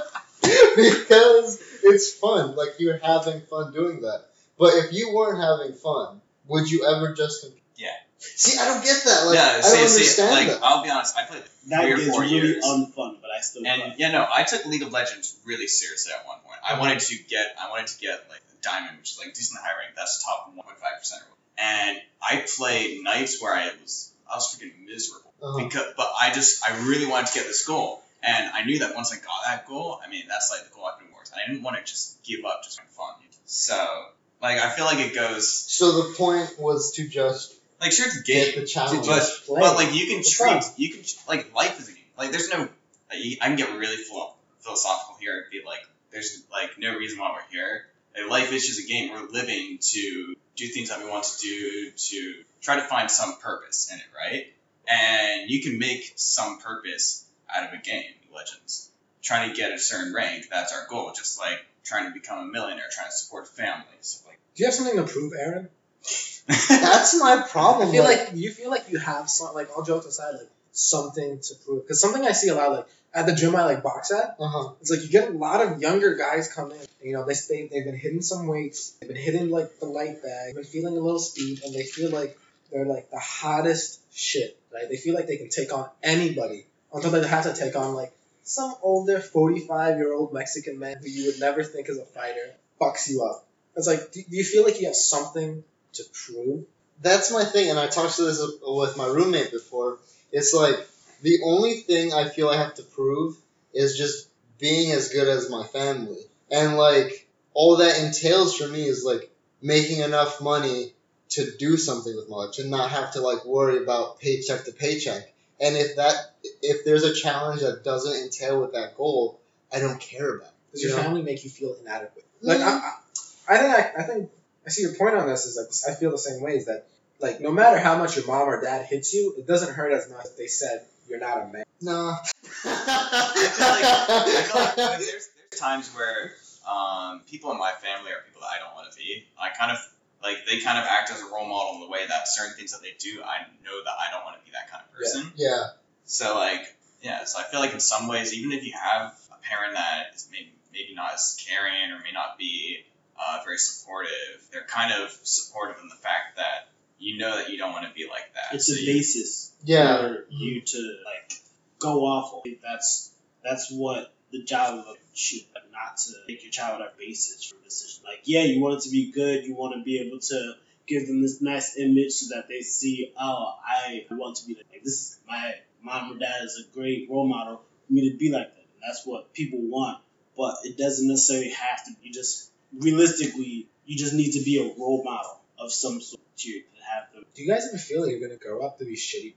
Speaker 1: because it's fun. Like you're having fun doing that. But if you weren't having fun, would you ever just?
Speaker 6: Yeah.
Speaker 1: See, I don't get that. Like,
Speaker 3: yeah,
Speaker 1: I
Speaker 3: see,
Speaker 1: don't
Speaker 3: see,
Speaker 1: understand
Speaker 3: like
Speaker 1: that.
Speaker 3: I'll be honest, I played
Speaker 4: That
Speaker 3: Three or
Speaker 4: game's
Speaker 3: four
Speaker 4: really
Speaker 3: years.
Speaker 4: unfun, but I still
Speaker 3: and yeah, no, I took League of Legends really seriously at one point. I wanted to get I wanted to get like diamond, which is like decent high rank. That's the top one point five percent. And I played nights where I was I was freaking miserable
Speaker 1: Uh-huh.
Speaker 3: because but I just I really wanted to get this goal. And I knew that once I got that goal, I mean that's like the goal I've been working. I didn't want to just give up just for fun. So like I feel like it goes
Speaker 1: So the point was to just
Speaker 3: like sure it's a game,
Speaker 1: get the challenge.
Speaker 3: but
Speaker 4: play.
Speaker 3: but like you can
Speaker 4: It's
Speaker 3: treat,
Speaker 4: fun.
Speaker 3: you can like life is a game. Like there's no, I I can get really philo- philosophical here and be like, there's like no reason why we're here. Like, life is just a game. We're living to do things that we want to do to try to find some purpose in it, right? And you can make some purpose out of a game. Legends trying to get a certain rank. That's our goal. Just like trying to become a millionaire, trying to support families. Like
Speaker 2: Do you have something to prove, Aaron?
Speaker 3: [laughs]
Speaker 1: [laughs] That's my problem.
Speaker 2: I feel
Speaker 1: like,
Speaker 2: like you feel like you have some like all jokes aside, like something to prove. Because something I see a lot, like at the gym I like box at,
Speaker 1: uh-huh.
Speaker 2: It's like you get a lot of younger guys come in. You know, they they they've been hitting some weights, they've been hitting like the light bag, they've been feeling a little speed, and they feel like they're like the hottest shit. Right? They feel like they can take on anybody until they have to take on like some older forty five year old Mexican man who you would never think is a fighter fucks you up. It's like, do, do you feel like you have something to prove?
Speaker 1: that's my thing, and I talked to this with my roommate before. It's like the only thing I feel I have to prove is just being as good as my family, and like all that entails for me is like making enough money to do something with my life, to not have to like worry about paycheck to paycheck. And if that if there's a challenge that doesn't entail with that goal, I don't care about.
Speaker 2: Does your
Speaker 1: Yeah.
Speaker 2: family make you feel inadequate? Like I, I, I think I, I think I see your point on this. Is like I feel the same way. Is that like no matter how much your mom or dad hits you, it doesn't hurt as much if they said you're not a man.
Speaker 3: [laughs]
Speaker 1: No.
Speaker 3: I feel
Speaker 1: [laughs]
Speaker 3: like I mean, there's, there's times where um, people in my family are people that I don't want to be. I kind of like they kind of act as a role model in the way that certain things that they do, I know that I don't want to be that kind of person.
Speaker 1: yeah.
Speaker 3: So like yeah, so I feel like in some ways, even if you have a parent that is maybe maybe not as caring or may not be uh, very supportive, they're kind of supportive in the fact that you know that you don't want to be like that.
Speaker 4: it's
Speaker 3: so
Speaker 4: a
Speaker 3: you,
Speaker 4: basis
Speaker 1: Yeah.
Speaker 4: for you to like go off of. That's that's what the job of a should not to make your child our basis for decision. Like, yeah, you want it to be good, you want to be able to give them this nice image so that they see, oh, I want to be like this is my mom or dad is a great role model for me to be like that. And that's what people want. But it doesn't necessarily have to you just realistically you just need to be a role model of some sort to to have them
Speaker 2: Do you guys ever feel like you're gonna grow up to be shitty?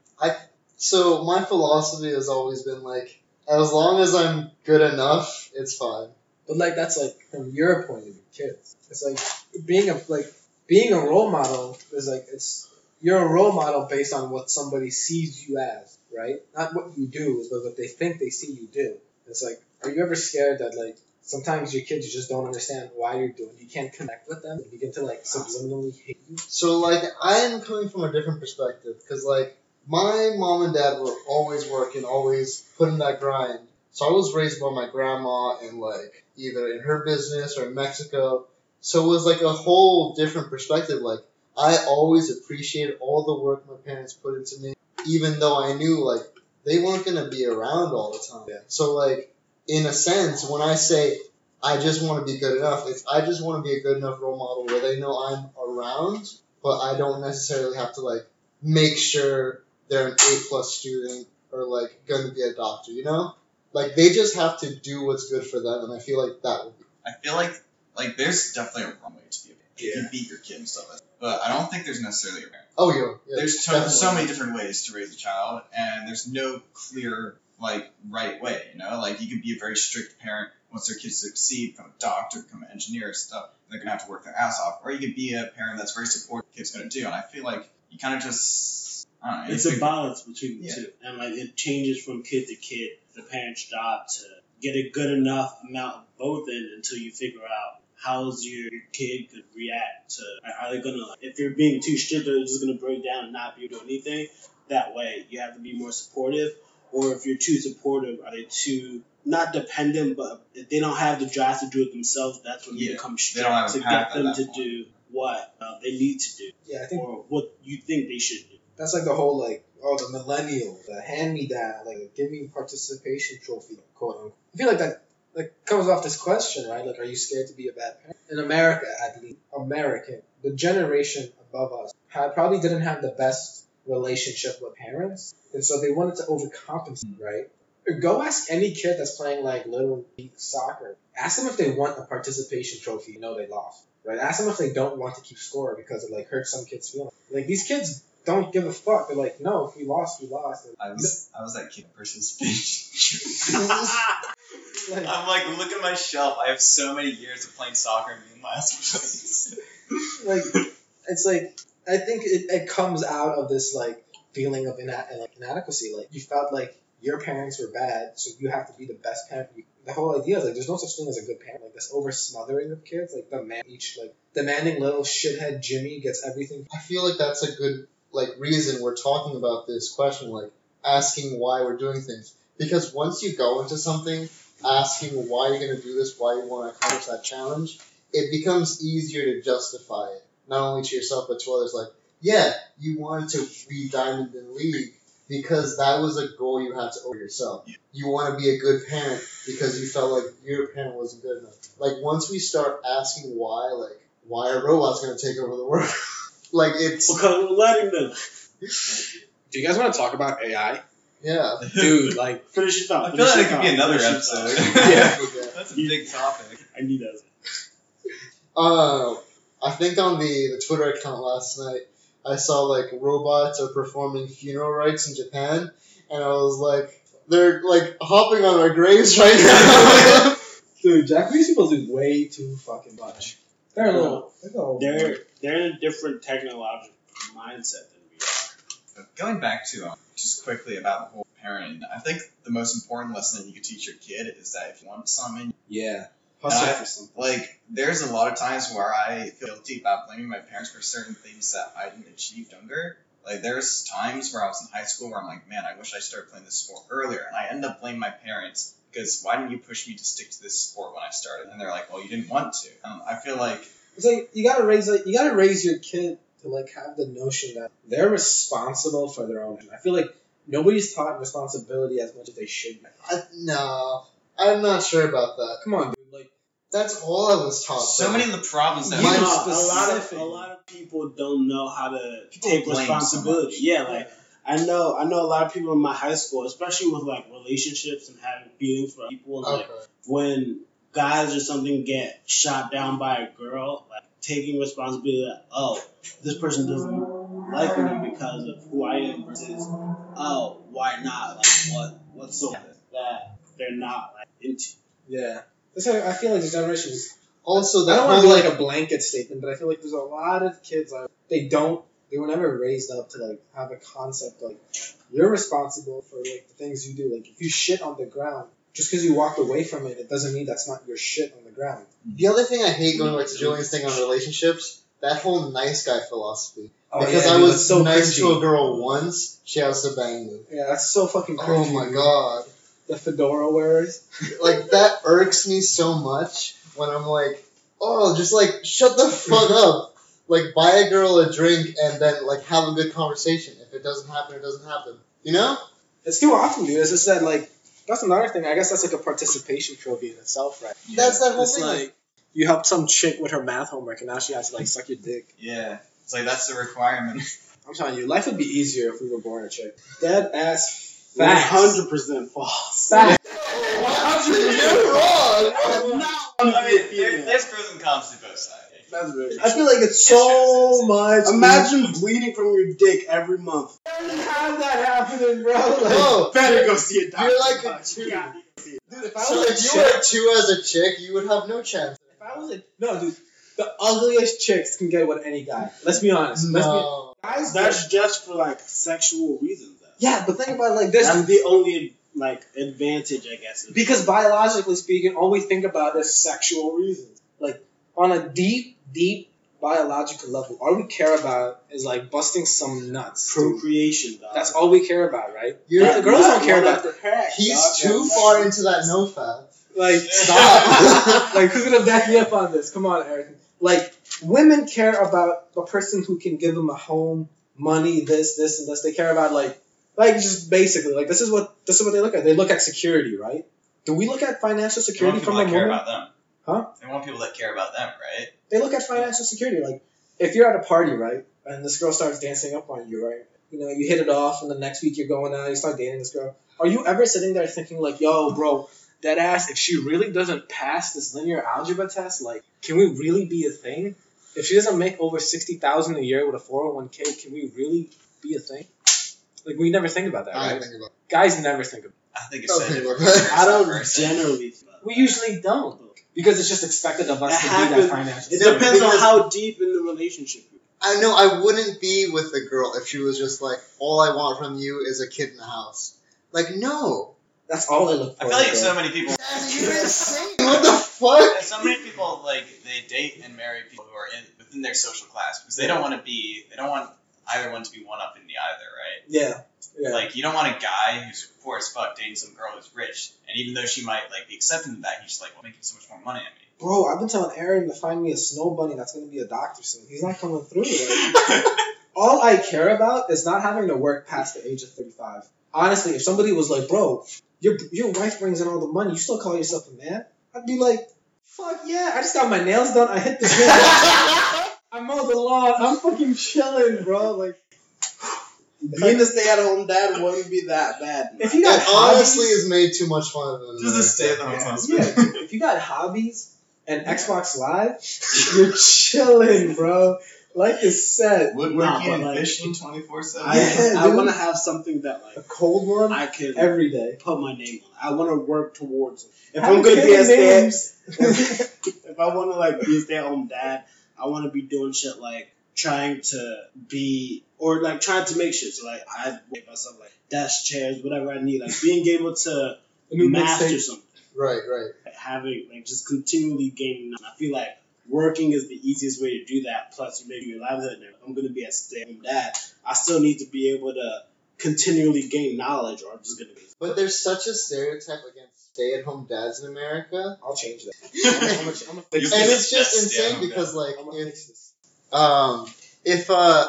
Speaker 1: So my philosophy has always been like, as long as I'm good enough, it's fine.
Speaker 2: But like that's like from your point of view, kids. It's like being a like being a role model is like it's you're a role model based on what somebody sees you as, right? Not what you do, but what they think they see you do. It's like, are you ever scared that like sometimes your kids you just don't understand why you're doing? You can't connect with them. They begin to like subliminally hate you.
Speaker 1: So like, I am coming from a different perspective because like my mom and dad were always working, always putting that grind. So I was raised by my grandma and like either in her business or in Mexico. So it was like a whole different perspective. Like I always appreciated all the work my parents put into me, even though I knew like they weren't gonna be around all the time.
Speaker 2: Yeah.
Speaker 1: So like in a sense, when I say I just want to be good enough, it's I just want to be a good enough role model where they know I'm around, but I don't necessarily have to like make sure they're an A plus student or like gonna be a doctor. You know, like they just have to do what's good for them, and I feel like that would be
Speaker 3: I feel like like there's definitely a wrong way to be. a parent.
Speaker 2: Yeah.
Speaker 3: You beat your kid and stuff, but I don't think there's necessarily a parent.
Speaker 1: oh yeah, yeah.
Speaker 3: there's to- so
Speaker 1: definitely.
Speaker 3: many different ways to raise a child, and there's no clear like right way. You know, like you could be a very strict parent once their kids succeed, become a doctor, become an engineer, stuff. They're gonna have to work their ass off, or you could be a parent that's very supportive. Kids gonna do, and I feel like you kind of just I don't know. you
Speaker 4: it's a
Speaker 3: figure-
Speaker 4: balance between the
Speaker 3: Yeah.
Speaker 4: two, and like it changes from kid to kid. The parent's job to get a good enough amount of both in until you figure out how's your kid could react to. Are are they gonna like, if you're being too strict, they're just gonna break down and not be able to do anything. That way, you have to be more supportive. Or if you're too supportive, are they too not dependent, but if they don't have the drive to do it themselves, that's when you
Speaker 3: Yeah.
Speaker 4: become
Speaker 3: They
Speaker 4: strict
Speaker 3: don't have a
Speaker 4: to
Speaker 3: path
Speaker 4: get
Speaker 3: at
Speaker 4: them
Speaker 3: that
Speaker 4: to
Speaker 3: point.
Speaker 4: do what uh, they need to do
Speaker 2: Yeah, I think
Speaker 4: or what you think they should do.
Speaker 2: That's like the whole like oh the millennial, the hand me down, like give me participation trophy, quote unquote. I feel like that like comes off this question, right? Like, are you scared to be a bad parent? In America, at least, American, the generation above us had, probably didn't have the best relationship with parents, and so they wanted to overcompensate, right? Go ask any kid that's playing like little league soccer. Ask them if they want a participation trophy. You know they lost, right? Ask them if they don't want to keep score because it like hurts some kids' feelings. Like these kids don't give a fuck. They're like, no, if we lost, we lost. And,
Speaker 3: I was I was that kid versus [laughs] speech.
Speaker 2: [laughs]
Speaker 4: [laughs]
Speaker 2: like,
Speaker 6: I'm like, look at my shelf. I have so many years of playing soccer and being last place.
Speaker 2: like it's like I think it, it comes out of this like feeling of ina- like, inadequacy. Like you felt like your parents were bad, so you have to be the best parent. You, the whole idea is like there's no such thing as a good parent. Like this over smothering of kids, like the man each like demanding little shithead Jimmy gets everything.
Speaker 1: I feel like that's a good like reason we're talking about this question, like asking why we're doing things. Because once you go into something, asking why you're gonna do this, why you want to accomplish that challenge, it becomes easier to justify it, not only to yourself but to others. Like, yeah, you wanted to be diamond in league because that was a goal you had to owe yourself. You want to be a good parent because you felt like your parent wasn't good enough. Like once we start asking why, like why are robots gonna take over the world? [laughs] like it's
Speaker 4: Because we're letting them.
Speaker 5: Do you guys want to talk about
Speaker 4: [laughs]
Speaker 5: AI?
Speaker 1: yeah.
Speaker 5: Dude, like,
Speaker 4: Finish it up.
Speaker 3: I feel like it
Speaker 4: Finish
Speaker 3: could
Speaker 4: your
Speaker 3: be
Speaker 4: thought.
Speaker 3: another
Speaker 4: Finish your
Speaker 3: episode.
Speaker 6: [laughs]
Speaker 4: thought.
Speaker 1: [laughs] Yeah.
Speaker 3: That's a big topic.
Speaker 4: I need that.
Speaker 1: Uh, I think on the, the Twitter account last night, I saw like robots are performing funeral rites in Japan, and I was like, they're like hopping on our graves right now. [laughs]
Speaker 2: Dude, Japanese people do way too fucking much. They're a little. They're, a little-
Speaker 4: They're they're in a different technological mindset than we are.
Speaker 3: But going back to um, just quickly about the whole parenting, I think the most important lesson that you could teach your kid is that if you want something,
Speaker 2: yeah.
Speaker 5: hustle
Speaker 3: I-
Speaker 5: for something.
Speaker 3: like there's a lot of times where I feel guilty about blaming my parents for certain things that I didn't achieve younger. Like there's times where I was in high school where I'm like, man, I wish I started playing this sport earlier, and I end up blaming my parents because why didn't you push me to stick to this sport when I started? And they're like, well, you didn't want to. Um, I feel like
Speaker 2: It's like you gotta raise like you gotta raise your kid to like have the notion that they're responsible for their own. I feel like nobody's taught responsibility as much as they should. be.
Speaker 1: I, no, I'm not sure about that.
Speaker 2: Come on, dude. Like
Speaker 1: That's all I was taught.
Speaker 3: so many of the problems
Speaker 1: Oh,
Speaker 3: that
Speaker 1: You
Speaker 4: No,
Speaker 1: Mine
Speaker 4: a
Speaker 1: know,
Speaker 4: lot of
Speaker 2: specific.
Speaker 4: a lot of people don't know how to
Speaker 3: People
Speaker 4: take
Speaker 3: blame so
Speaker 4: responsibility.
Speaker 3: much.
Speaker 4: yeah, like I know I know a lot of people in my high school, especially with like relationships and having feelings for people. and,
Speaker 1: Okay.
Speaker 4: Like when guys or something get shot down by a girl, like taking responsibility. Like, oh, this person doesn't like me because of who I am versus oh, why not? Like what what's so that they're not like into.
Speaker 2: yeah. That's how I feel like the generation is.
Speaker 1: Also,
Speaker 2: I
Speaker 1: that
Speaker 2: don't want
Speaker 1: whole
Speaker 2: to be like
Speaker 1: like
Speaker 2: a blanket statement, but I feel like there's a lot of kids like they don't they were never raised up to like have a concept like you're responsible for like the things you do. Like if you shit on the ground, just because you walked away from it, it doesn't mean that's not your shit on the ground.
Speaker 1: the other thing I hate going back to Julian's thing on relationships. That whole nice guy philosophy.
Speaker 2: Oh,
Speaker 1: because I was so nice to a girl once, she has to bang me.
Speaker 2: Yeah, that's so fucking crazy.
Speaker 1: Oh my god.
Speaker 2: The fedora wearers.
Speaker 1: like that irks me so much when I'm like, oh, just like shut the fuck up. Like buy a girl a drink and then like have a good conversation. If it doesn't happen, it doesn't happen. You know?
Speaker 2: It's too often, dude. It's just that like that's another thing. I guess that's like a participation trophy in itself, right?
Speaker 1: That's that whole
Speaker 2: It's
Speaker 1: thing. Like,
Speaker 2: like you helped some chick with her math homework, and now she has to like suck your dick.
Speaker 3: yeah, it's like that's the requirement.
Speaker 2: I'm telling you, life would be easier if we were born a chick. Dead ass
Speaker 4: One
Speaker 2: facts.
Speaker 4: hundred percent false.
Speaker 2: [laughs] Facts.
Speaker 1: you're wrong.
Speaker 4: No,
Speaker 6: I mean, there, there's pros and cons to both sides.
Speaker 4: That's very
Speaker 2: I feel like it's
Speaker 6: Yes,
Speaker 2: so much.
Speaker 4: Imagine bleeding from your dick every month.
Speaker 2: have that happening, [laughs] bro. Like,
Speaker 1: No.
Speaker 4: Better go see a
Speaker 1: doctor. You're like a
Speaker 4: dude.
Speaker 2: dude, if I
Speaker 1: So
Speaker 2: was a
Speaker 1: if you
Speaker 2: chick,
Speaker 1: were two as a chick, you would have no chance.
Speaker 2: if I was a no, dude, the ugliest chicks can get with any guy. Let's be honest. Let's be
Speaker 1: No.
Speaker 2: guys.
Speaker 4: That's just for like sexual reasons. Though.
Speaker 2: yeah, but think about it like this.
Speaker 4: That's the only like advantage, I guess. of-
Speaker 2: Because biologically speaking, all we think about is sexual reasons. Like on a deep, deep biological level, all we care about is like busting some nuts. dude.
Speaker 4: procreation, dog.
Speaker 2: That's all we care about, right?
Speaker 1: You're,
Speaker 2: Yeah, the girls don't care about
Speaker 4: the pack.
Speaker 1: he's
Speaker 4: dog.
Speaker 1: too
Speaker 4: That's-
Speaker 1: far into that no
Speaker 2: [laughs]
Speaker 1: fab.
Speaker 4: [laughs]
Speaker 2: Like [laughs]
Speaker 1: Stop.
Speaker 2: like who's gonna back me up on this? Come on, Eric. Like women care about the person who can give them a home, money, this, this, and this. They care about like, like just basically like this is what this is what they look at. They look at security, right? Do we look at financial
Speaker 3: They want
Speaker 2: security
Speaker 3: people
Speaker 2: from
Speaker 3: that
Speaker 2: a
Speaker 3: care
Speaker 2: woman?
Speaker 3: about them.
Speaker 2: Huh?
Speaker 3: They want people that care about them, right?
Speaker 2: They look at financial security. Like, if you're at a party, right, and this girl starts dancing up on you, right? You know, you hit it off, and the next week you're going out, you start dating this girl. Are you ever sitting there thinking like, yo, bro,
Speaker 5: That ass, if she really doesn't pass this linear algebra test, like, can we really be a thing? If she doesn't make over sixty thousand a year with a four hundred one k, can we really be a thing? Like, we never think about that,
Speaker 1: I
Speaker 5: right?
Speaker 1: think about
Speaker 5: Guys never think about.
Speaker 3: I think it's
Speaker 1: Okay, [laughs]
Speaker 3: said
Speaker 1: look,
Speaker 3: person
Speaker 4: I
Speaker 3: to
Speaker 4: don't
Speaker 3: person.
Speaker 4: generally. think about
Speaker 5: It. We
Speaker 4: that.
Speaker 5: usually don't because it's just expected of us
Speaker 4: It
Speaker 5: to be
Speaker 4: happens-
Speaker 5: that financial.
Speaker 4: It
Speaker 1: No,
Speaker 4: depends on
Speaker 1: because-
Speaker 4: how deep in the relationship. you
Speaker 1: I know I wouldn't be with a girl if she was just like, all I want from you is a kid in the house. Like,
Speaker 3: [laughs]
Speaker 1: no.
Speaker 2: that's all they look for.
Speaker 3: I feel like
Speaker 2: bro.
Speaker 3: so many people.
Speaker 1: That's, you're insane. What the fuck?
Speaker 3: [laughs] And so many people like they date and marry people who are in within their social class because they don't want to be they don't want either one to be one up in the other, right?
Speaker 2: yeah, yeah.
Speaker 3: Like you don't want a guy who's poor as fuck dating some girl who's rich, and even though she might like be accepting of that, he's just like, well, making so much more money than
Speaker 2: Bro, I've been telling Aaron to find me a snow bunny that's gonna be a doctor soon. He's not coming through. Like,
Speaker 3: me.
Speaker 2: all I care about is not having to work past the age of thirty-five. Honestly, if somebody was like, "Bro, your your wife brings in all the money, you still call yourself a man?" I'd be like, "Fuck yeah! I just got my nails done. I hit the gym.
Speaker 1: [laughs]
Speaker 2: I mowed the lawn. I'm fucking chilling, bro." Like,
Speaker 4: do. Being a stay-at-home dad wouldn't be that bad. man.
Speaker 2: if you got
Speaker 1: That honestly
Speaker 2: hobbies-
Speaker 1: is made too much fun of it.
Speaker 3: Just a stay at the hotel.
Speaker 2: yeah, if you got hobbies and Xbox Live, you're chilling, bro. Life is set.
Speaker 4: Nah,
Speaker 7: Woodworking
Speaker 4: but,
Speaker 7: and
Speaker 3: [laughs]
Speaker 4: like,
Speaker 7: fishing 24 7.
Speaker 4: I,
Speaker 2: Yeah,
Speaker 4: I
Speaker 2: dude.
Speaker 4: want to have something that
Speaker 2: A
Speaker 4: like
Speaker 2: cold one
Speaker 4: I can
Speaker 2: every day.
Speaker 4: put my name on. I want to work towards it. If
Speaker 2: How
Speaker 4: I'm gonna
Speaker 2: you
Speaker 4: be [laughs] a
Speaker 2: getting
Speaker 4: stay,
Speaker 2: names?
Speaker 4: if I want to like be a stay-at-home dad, I want to be doing shit like trying to be or like trying to make shit. So like I make myself like desk chairs, whatever I need. Like being able to
Speaker 2: A new
Speaker 4: master
Speaker 2: mixtape.
Speaker 4: something,
Speaker 1: Right, right.
Speaker 4: like, having like just continually gaining. I feel like working is the easiest way to do that. Plus, you make your livelihood. If I'm gonna be a stay-at-home dad, I still need to be able to continually gain knowledge, or I'm just gonna be. [laughs]
Speaker 1: But there's such a stereotype against stay-at-home dads in
Speaker 3: [laughs]
Speaker 1: America,
Speaker 2: I'll change that. I'm
Speaker 1: and
Speaker 2: gonna, I'm gonna fix
Speaker 3: You're
Speaker 2: this.
Speaker 1: it's just
Speaker 3: Best
Speaker 1: insane
Speaker 3: stay-at-home dad.
Speaker 1: because like
Speaker 2: I'm gonna
Speaker 1: if
Speaker 2: fix this.
Speaker 1: um if uh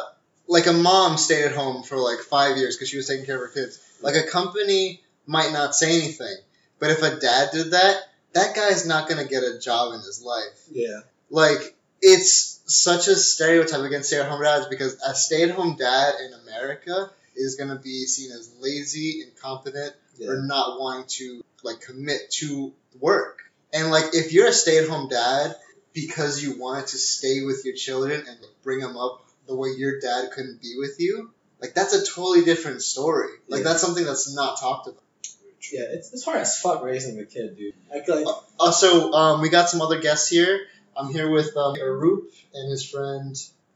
Speaker 1: like a mom stayed at home for like five years because she was taking care of her kids, like a company might not say anything, but if a dad did that, that guy's not gonna get a job in his life.
Speaker 2: Yeah.
Speaker 1: like it's such a stereotype against stay-at-home dads because a stay-at-home dad in America is gonna be seen as lazy, incompetent, or not wanting to like commit to work. And like if you're a stay-at-home dad because you wanted to stay with your children and bring them up the way your dad couldn't be with you, like that's a totally different story. Like
Speaker 2: Yeah.
Speaker 1: that's something that's not talked about.
Speaker 2: Yeah, it's, it's hard as fuck raising a kid, dude. Like, like
Speaker 1: Also, um, we got some other guests here. I'm here with um, Arup and his friend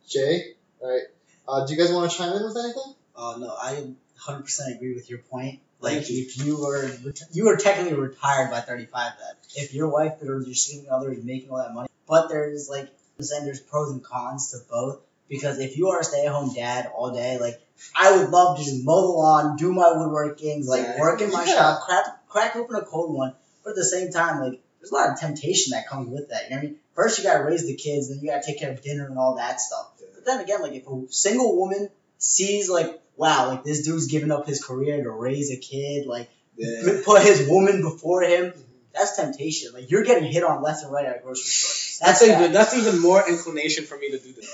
Speaker 1: Jay. All right. Uh, do you guys want to chime in with anything?
Speaker 8: Uh, no, I 100% agree with your point.
Speaker 1: Thank
Speaker 8: Like, if you were you were technically retired by 35, then if your wife or your significant other is making all that money, but there's like and there's pros and cons to both. Because if you are a stay-at-home dad all day, like I would love to just mow the lawn, do my woodworking, like
Speaker 2: Yeah.
Speaker 8: work in my
Speaker 1: Yeah.
Speaker 8: shop, crack crack open a cold one. But at the same time, like there's a lot of temptation that comes with that. You know what I mean? First you gotta raise the kids, then you gotta take care of dinner and all that stuff. But then again, like if a single woman sees like, wow, like this dude's giving up his career to raise a kid, like
Speaker 2: yeah.
Speaker 8: put his woman before him, that's temptation. Like you're getting hit on left and right at a grocery store. That's
Speaker 5: That's even
Speaker 8: bad.
Speaker 5: that's even more inclination for me to do this.
Speaker 4: [laughs]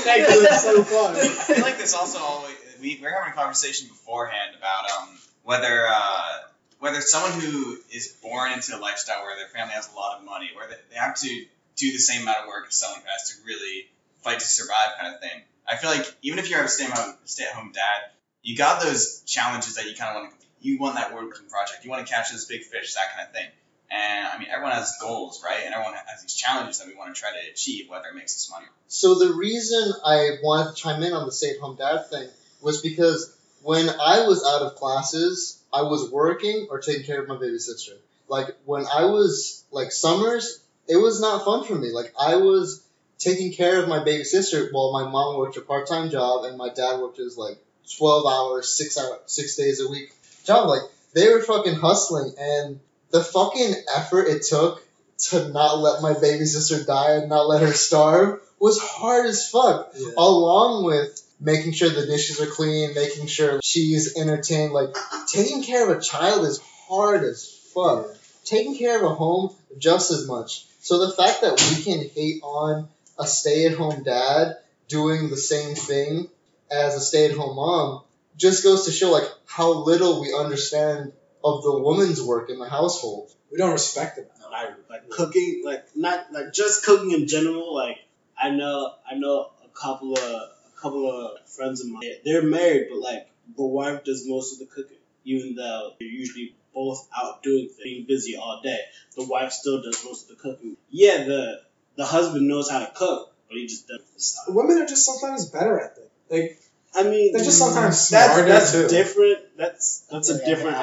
Speaker 4: Thank you
Speaker 5: [laughs]
Speaker 4: so far.
Speaker 3: I feel like this also always we we we're having a conversation beforehand about um whether uh whether someone who is born into a lifestyle where their family has a lot of money, where they, they have to do the same amount of work as someone who has to really fight to survive kind of thing. I feel like even if you're a stay at home stay at home dad, you got those challenges that you kind of want to you want that woodworking project, you want to catch this big fish, that kind of thing. And I mean, everyone has goals, right? And everyone has these challenges that we want to try to achieve, whether it makes us money.
Speaker 1: So the reason I wanted to chime in on the stay-at-home dad thing was because when I was out of classes, I was working or taking care of my baby sister. Like when I was like summers, it was not fun for me. Like I was taking care of my baby sister while my mom worked a part-time job and my dad worked his like twelve hours, six hour, six days a week job. Like they were fucking hustling and the fucking effort it took to not let my baby sister die and not let her starve was hard as fuck,
Speaker 5: Yeah.
Speaker 1: along with making sure the dishes are clean, making sure she's entertained. Like, taking care of a child is hard as fuck. Taking care of a home just as much. So the fact that we can hate on a stay at home dad doing the same thing as a stay at home mom just goes to show like how little we understand of the woman's work in the household.
Speaker 2: We don't respect them.
Speaker 4: I, like cooking, like not like just cooking in general. Like I know, I know a couple of a couple of friends of mine. They're married, but like the wife does most of the cooking, even though they're usually both out doing things, being busy all day. The wife still does most of the cooking. Yeah, the the husband knows how to cook, but he just doesn't. Stop.
Speaker 2: Women are just sometimes better at that. Like
Speaker 4: I mean,
Speaker 2: they're just sometimes
Speaker 4: that's
Speaker 2: smarter
Speaker 4: that's
Speaker 2: too.
Speaker 4: different. That's that's a
Speaker 9: Yeah,
Speaker 4: different
Speaker 9: yeah,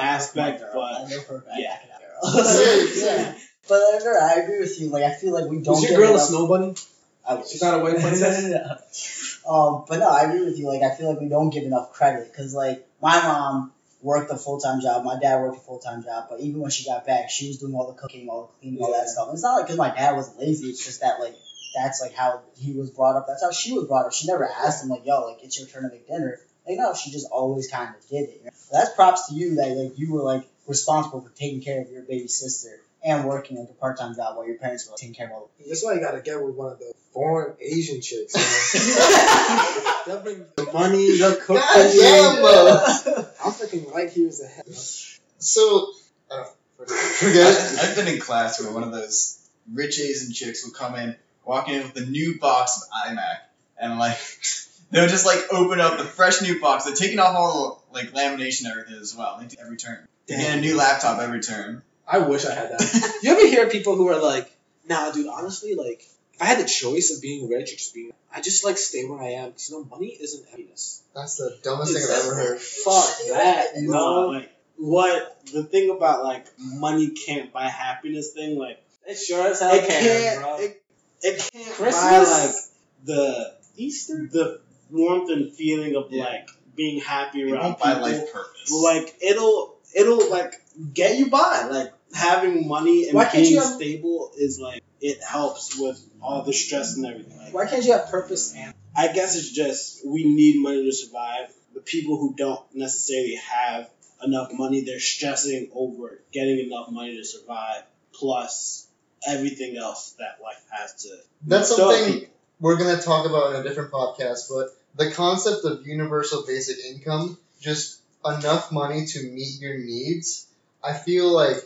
Speaker 9: I
Speaker 4: aspect,
Speaker 9: know
Speaker 4: but
Speaker 9: for a fact
Speaker 4: yeah.
Speaker 9: I can outgirl. yeah. But I, don't know, I agree with you. Like I feel like we don't.
Speaker 2: Is
Speaker 9: give
Speaker 2: your girl a
Speaker 9: enough-
Speaker 2: snow bunny?
Speaker 9: I wish.
Speaker 2: She's not a
Speaker 9: [laughs]
Speaker 2: white princess.
Speaker 9: um, but no, I agree with you. Like, I feel like we don't give enough credit because, like, my mom worked a full time job. My dad worked a full time job. But even when she got back, she was doing all the cooking, all the cleaning, all that stuff. And it's not like because my dad was lazy. It's just that, like, that's like how he was brought up. That's how she was brought up. She never asked him, like, yo, like, it's your turn to make dinner. Like, no, she just always kind of did it. You know? That's props to you that, like, you were, like, responsible for taking care of your baby sister and working like a part time job while your parents were like, taking care of all
Speaker 2: That's why you gotta get with one of the foreign Asian chicks. [laughs] They'll bring the money, they'll cook
Speaker 1: God
Speaker 2: for you.
Speaker 1: damn, bro.
Speaker 2: I'm freaking light years ahead.
Speaker 1: So uh,
Speaker 3: I,
Speaker 1: forget.
Speaker 3: I've been in class where one of those rich Asian chicks would come in, walking in with a new box of iMac, and like [laughs] they would just like open up the fresh new box. They're taking off all the like lamination and everything as well. They do every turn. They get a new laptop every
Speaker 4: [laughs]
Speaker 3: turn.
Speaker 2: I wish I had that.
Speaker 5: You ever hear people who are like, nah, dude, honestly, like, if I had the choice of being rich or just being, I just like stay where I am because you know, money isn't happiness.
Speaker 1: That's the dumbest thing I've ever heard.
Speaker 5: Fuck that,
Speaker 4: No,
Speaker 5: no.
Speaker 4: like what the thing about like money can't buy happiness thing, like
Speaker 5: It sure as hell
Speaker 4: it
Speaker 5: can,
Speaker 4: can't
Speaker 5: bro.
Speaker 4: it, it can't buy like
Speaker 5: Christmas?
Speaker 4: the Easter the warmth and feeling of
Speaker 3: Yeah.
Speaker 4: like being happy
Speaker 3: It
Speaker 4: around
Speaker 3: won't buy
Speaker 4: people.
Speaker 3: life purpose.
Speaker 4: But, like it'll it'll like get you by. Like having money and
Speaker 2: Why can't
Speaker 4: being
Speaker 2: you have-
Speaker 4: stable is like it helps with all the stress and everything. Like,
Speaker 2: Why can't you have purpose and
Speaker 4: I guess it's just we need money to survive. The people who don't necessarily have enough money, they're stressing over getting enough money to survive, plus everything else that life has to.
Speaker 1: That's
Speaker 4: throw at
Speaker 1: something
Speaker 4: people.
Speaker 1: we're gonna talk about in a different podcast, but the concept of universal basic income, just enough money to meet your needs, I feel like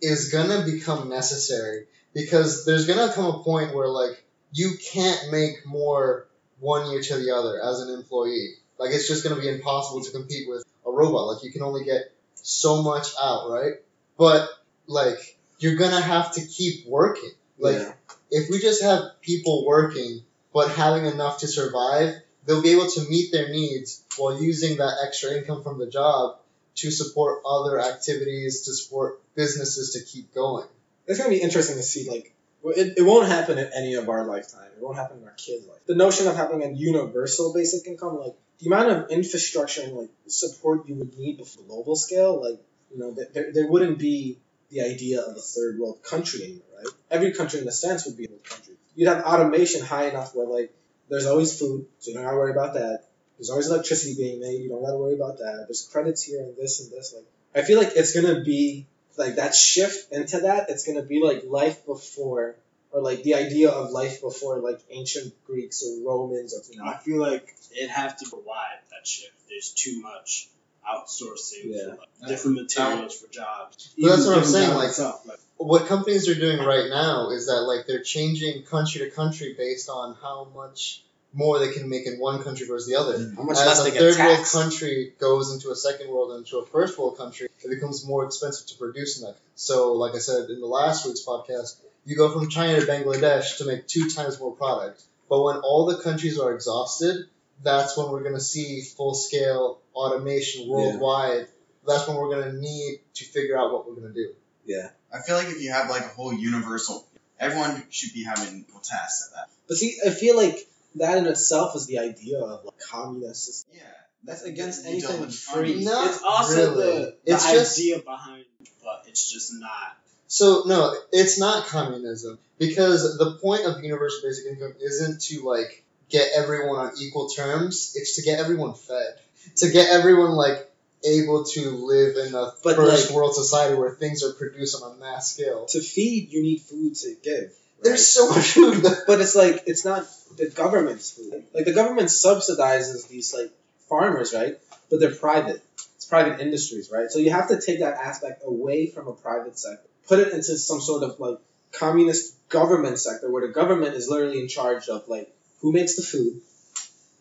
Speaker 1: is gonna become necessary because there's gonna come a point where like you can't make more one year to the other as an employee. Like it's just gonna be impossible to compete with a robot. Like you can only get so much out, right? But like you're gonna have to keep working. Like if we just have people working but having enough to survive, they'll be able to meet their needs while using that extra income from the job to support other activities, to support businesses to keep going.
Speaker 2: it's gonna be interesting to see like well, it, it won't happen in any of our lifetime it won't happen in our kids life the notion of having a universal basic income like the amount of infrastructure and like support you would need before global scale like you know th- there, there wouldn't be the idea of a third world country anymore right every country in a sense would be a world country you'd have automation high enough where like there's always food so you don't gotta worry about that there's always electricity being made you don't gotta worry about that there's credits here and this and this like i feel like it's gonna be like that shift into that, it's gonna be like life before, or like the idea of life before, like ancient Greeks or Romans or you know.
Speaker 4: I feel like it have to provide that shit. There's too much outsourcing
Speaker 2: Yeah.
Speaker 4: for like, different materials for jobs.
Speaker 1: But that's what I'm
Speaker 4: Even
Speaker 1: saying,
Speaker 4: job
Speaker 1: like-
Speaker 4: itself, like
Speaker 1: What companies are doing right now is that like they're changing country to country based on how much more they can make in one country versus the other.
Speaker 2: How much
Speaker 1: As
Speaker 2: less
Speaker 1: a
Speaker 2: they get
Speaker 1: third
Speaker 2: taxed.
Speaker 1: world country goes into a second world and into a first world country, it becomes more expensive to produce in that. So, like I said in the last week's podcast, you go from China to Bangladesh to make two times more product. But when all the countries are exhausted, that's when we're going to see full scale automation worldwide. That's when we're going to need to figure out what we're going to do.
Speaker 3: I feel like if you have like a whole universal, everyone should be having equal tasks at that.
Speaker 2: But see, I feel like that in itself is the idea of like communist. system.
Speaker 3: Yeah,
Speaker 2: That's against
Speaker 3: you don't
Speaker 2: anything
Speaker 3: want
Speaker 2: free.
Speaker 3: communism.
Speaker 1: Not
Speaker 4: it's also
Speaker 1: really.
Speaker 4: the, the
Speaker 1: It's just-
Speaker 4: idea behind, but it's just not
Speaker 1: So no, it's not communism because the point of universal basic income isn't to like get everyone on equal terms. It's to get everyone fed, to get everyone like able to live in a
Speaker 2: But,
Speaker 1: first
Speaker 2: like-
Speaker 1: world society where things are produced on a mass scale.
Speaker 2: To feed, you need food to give. right?
Speaker 1: There's so much food. That,
Speaker 2: But it's like it's not the government's food. Like the government subsidizes these like farmers, right? But they're private. It's private industries, right? So you have to take that aspect away from a private sector, put it into some sort of like communist government sector where the government is literally in charge of like who makes the food,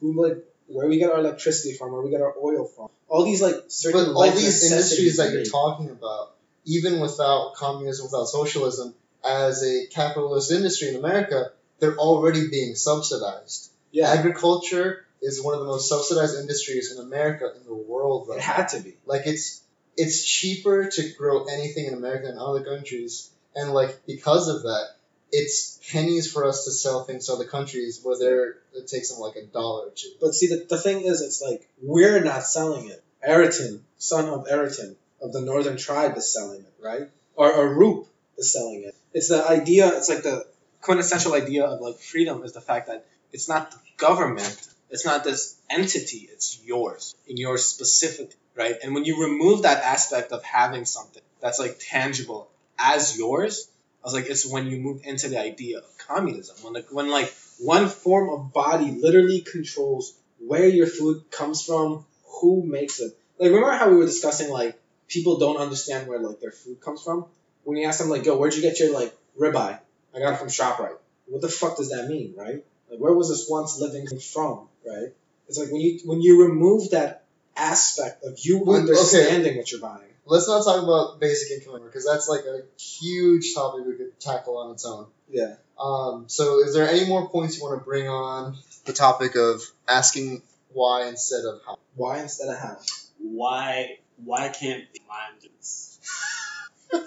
Speaker 2: who like where we get our electricity from, where we get our oil from. All these like certain
Speaker 1: but all
Speaker 2: life
Speaker 1: these industries
Speaker 2: necessities
Speaker 1: that you're
Speaker 2: we-
Speaker 1: talking about, even without communism, without socialism, as a capitalist industry in America, they're already being subsidized.
Speaker 2: yeah,
Speaker 1: agriculture is one of the most subsidized industries in America in the world right
Speaker 2: it
Speaker 1: now.
Speaker 2: had to be.
Speaker 1: Like it's it's cheaper to grow anything in America than other countries, and like because of that, it's pennies for us to sell things to other countries where they're it takes them like a dollar or two.
Speaker 2: But see, the, the thing is, it's like we're not selling it. Eriton, son of Eriton of the Northern Tribe, is selling it, right? Or Arup is selling it. It's the idea. It's like the
Speaker 5: quintessential idea of like freedom is the fact that it's not the government, it's not this entity, it's yours and yours specifically, right? And when you remove that aspect of having something that's like tangible as yours, I was like, it's when you move into the idea of communism, when like when like
Speaker 2: one form of body literally controls where your food comes from, who makes it. Like remember how we were discussing like people don't understand where like their food comes from? When you ask them like, yo, where'd you get your like ribeye? I got it from ShopRite. What the fuck does that mean, right? Like where was this once living from, right? It's like when you when you remove that aspect of you
Speaker 1: Well, okay.
Speaker 2: understanding what you're buying.
Speaker 1: Let's not talk about basic income because that's like a huge topic we could tackle on its own.
Speaker 2: Yeah.
Speaker 1: Um, so, is there any more points you want to bring on the topic of asking why instead of how?
Speaker 2: Why instead of how?
Speaker 4: Why? Why can't mine do this?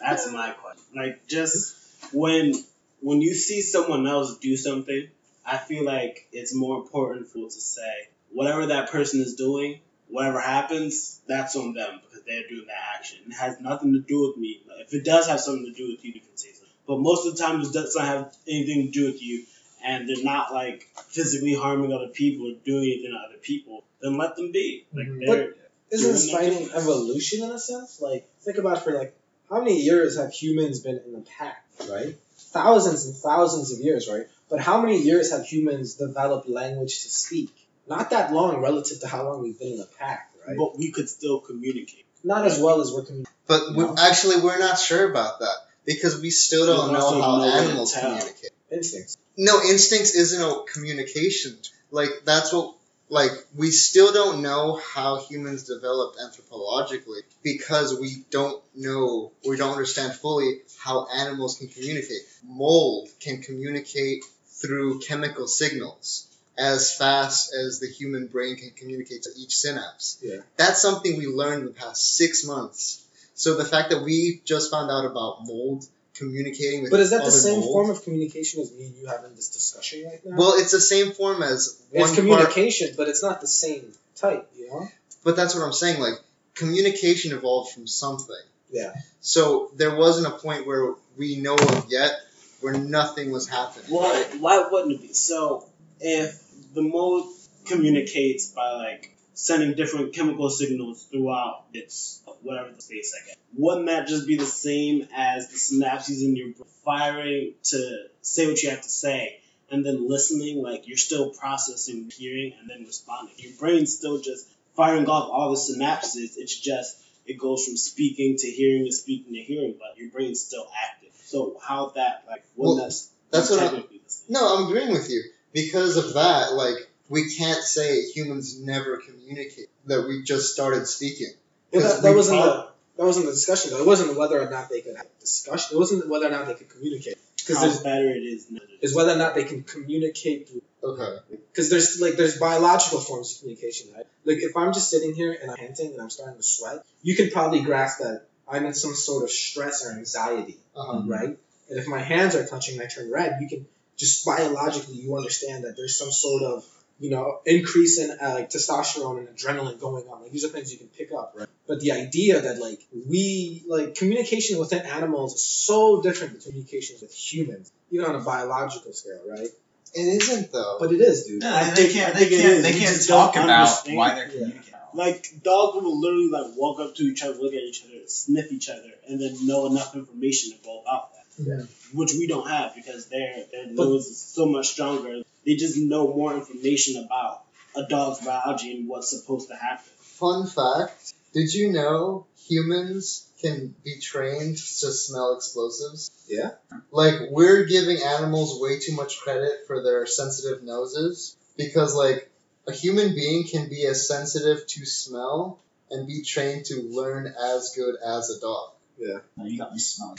Speaker 4: That's my question. Like, just when when you see someone else do something, I feel like it's more important for you to say whatever that person is doing, whatever happens, that's on them because they're doing that action. It has nothing to do with me. Like, if it does have something to do with you, you can say something. But most of the time, it doesn't have anything to do with you, and they're not like physically harming other people or doing anything to other people. Then let them be. Like
Speaker 1: Mhm.
Speaker 4: they're.
Speaker 2: isn't
Speaker 4: Yeah,
Speaker 2: this
Speaker 4: no
Speaker 2: fighting
Speaker 4: difference.
Speaker 2: evolution in a sense? Like, think about it for like how many years have humans been in the pack, right? Thousands and thousands of years, right? But how many years have humans developed language to speak? Not that long relative to how long we've been in the pack, right?
Speaker 4: But we could still communicate.
Speaker 2: Not as well as we're communicating.
Speaker 1: But we,
Speaker 2: No.
Speaker 1: actually, we're not sure about that because we still
Speaker 4: We
Speaker 1: don't know
Speaker 4: also
Speaker 1: how
Speaker 4: know what
Speaker 1: animals
Speaker 4: to tell.
Speaker 1: communicate.
Speaker 2: Instincts.
Speaker 1: No, instincts isn't a communication. Like that's what. Like we still don't know how humans developed anthropologically because we don't know we don't understand fully how animals can communicate. Mold can communicate through chemical signals as fast as the human brain can communicate to each synapse.
Speaker 2: Yeah.
Speaker 1: That's something we learned in the past six months. So the fact that we just found out about mold communicating with
Speaker 2: But is that
Speaker 1: other
Speaker 2: the same
Speaker 1: mold,
Speaker 2: form of communication as me and you having this discussion right now?
Speaker 1: well, it's the same form as one
Speaker 2: it's
Speaker 1: part,
Speaker 2: communication, but it's not the same type, you know?
Speaker 1: but that's what I'm saying. Like communication evolved from something.
Speaker 2: Yeah.
Speaker 1: So there wasn't a point where we know of yet where nothing was happening.
Speaker 4: Why?
Speaker 1: right?
Speaker 4: Why wouldn't it be? So if the mold communicates by like sending different chemical signals throughout its whatever the space I guess, wouldn't that just be the same as the synapses in your brain firing to say what you have to say? And then listening, like you're still processing, hearing, and then responding. Your brain's still just firing off all the synapses. It's just it goes from speaking to hearing to speaking to hearing, but your brain's still active. So how that like wouldn't
Speaker 1: Well,
Speaker 4: that
Speaker 1: That's what I'm,
Speaker 4: Technically the same.
Speaker 1: no, I'm agreeing with you because of that. Like we can't say humans never communicate that we just started speaking.
Speaker 2: Well,
Speaker 1: 'Cause
Speaker 2: that, that
Speaker 1: we
Speaker 2: wasn't
Speaker 1: prob-
Speaker 2: the, that wasn't the discussion though. It wasn't whether or not they could have discussion. It wasn't whether or not they could communicate. Because
Speaker 4: how
Speaker 2: there's
Speaker 4: better it is. now.
Speaker 2: is whether or not they can communicate through.
Speaker 1: Okay.
Speaker 2: Because there's like there's biological forms of communication. Right? Like if I'm just sitting here and I'm panting and I'm starting to sweat, you can probably grasp that I'm in some sort of stress or anxiety,
Speaker 1: Uh-huh.
Speaker 2: right? And if my hands are touching, and I turn red. You can just biologically you understand that there's some sort of you know, increase in uh, like testosterone and adrenaline going on. Like these are things you can pick up.
Speaker 3: Right.
Speaker 2: But the idea that like we like communication within animals is so different than communications with humans, even on a biological scale, right?
Speaker 1: It isn't though.
Speaker 2: But it is, dude.
Speaker 3: No,
Speaker 4: I
Speaker 3: they
Speaker 4: think-
Speaker 3: can't.
Speaker 4: I
Speaker 3: They
Speaker 4: think it
Speaker 3: can't.
Speaker 4: is.
Speaker 3: They
Speaker 4: We
Speaker 3: can't
Speaker 4: just
Speaker 3: talk
Speaker 4: don't
Speaker 3: about
Speaker 4: understand.
Speaker 3: why they're
Speaker 2: Yeah.
Speaker 3: communicating.
Speaker 4: Like dogs will literally like walk up to each other, look at each other, sniff each other, and then know enough information to go about that,
Speaker 2: Yeah.
Speaker 4: which we don't have because their their
Speaker 2: But-
Speaker 4: nose is so much stronger. They just know more information about a dog's biology and what's supposed to happen.
Speaker 1: Fun fact: Did you know humans can be trained to smell explosives?
Speaker 2: Yeah.
Speaker 1: Like we're giving animals way too much credit for their sensitive noses because like a human being can be as sensitive to smell and be trained to learn as good as a dog.
Speaker 3: Oh,
Speaker 4: Now you got me smelling.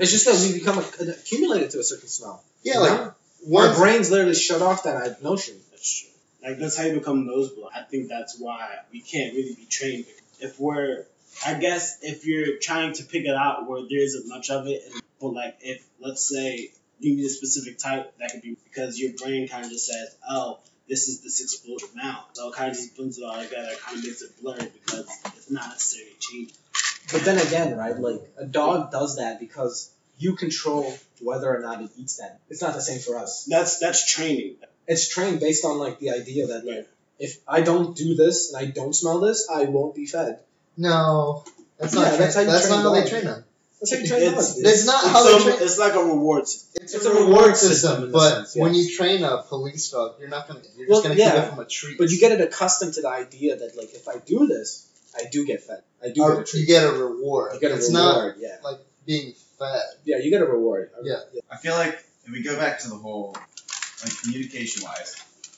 Speaker 2: It's just that we become accumulated to a certain smell.
Speaker 1: Yeah,
Speaker 2: you
Speaker 1: like
Speaker 2: know? our
Speaker 1: once
Speaker 2: brains literally shut off that notion.
Speaker 4: That's true. Like that's how you become nose blind. I think that's why we can't really be trained. If we're, I guess, if you're trying to pick it out where there isn't much of it, and, but like if let's say you need a specific type, that could be because your brain kind of just says, oh, this is this explosion now. So it kind of just blends it all together. Kind of makes it blurred because it's not necessarily changing.
Speaker 2: But then again, right? Like a dog does that because you control whether or not it eats that. It's not the same for us.
Speaker 4: That's that's training.
Speaker 2: It's trained based on like the idea that like if I don't do this and I don't smell this, I won't be fed.
Speaker 1: no, that's not
Speaker 2: Yeah, that's how you
Speaker 1: that's
Speaker 2: train
Speaker 1: not how they
Speaker 2: dogs.
Speaker 1: train them.
Speaker 2: That's how you train
Speaker 4: It's-
Speaker 2: dogs. dude.
Speaker 1: It's not
Speaker 4: It's,
Speaker 1: how they
Speaker 4: some-
Speaker 1: train.
Speaker 4: it's like a reward system.
Speaker 1: It's,
Speaker 2: it's
Speaker 1: a
Speaker 2: a
Speaker 1: reward,
Speaker 2: reward
Speaker 1: system,
Speaker 2: system in a
Speaker 1: but
Speaker 2: sense,
Speaker 1: when
Speaker 2: yes.
Speaker 1: you train a police dog, you're not gonna you're
Speaker 2: Well,
Speaker 1: just gonna
Speaker 2: yeah,
Speaker 1: give them a treat.
Speaker 2: But you get it accustomed to the idea that like if I do this, I do get fed. I do
Speaker 1: Or
Speaker 2: get a treat.
Speaker 1: Oh, you get a reward.
Speaker 2: You get a
Speaker 1: it's not
Speaker 2: reward. yeah.
Speaker 1: being fed.
Speaker 2: Yeah, you get a reward.
Speaker 1: Yeah.
Speaker 3: I feel like if we go back to the whole like communication wise,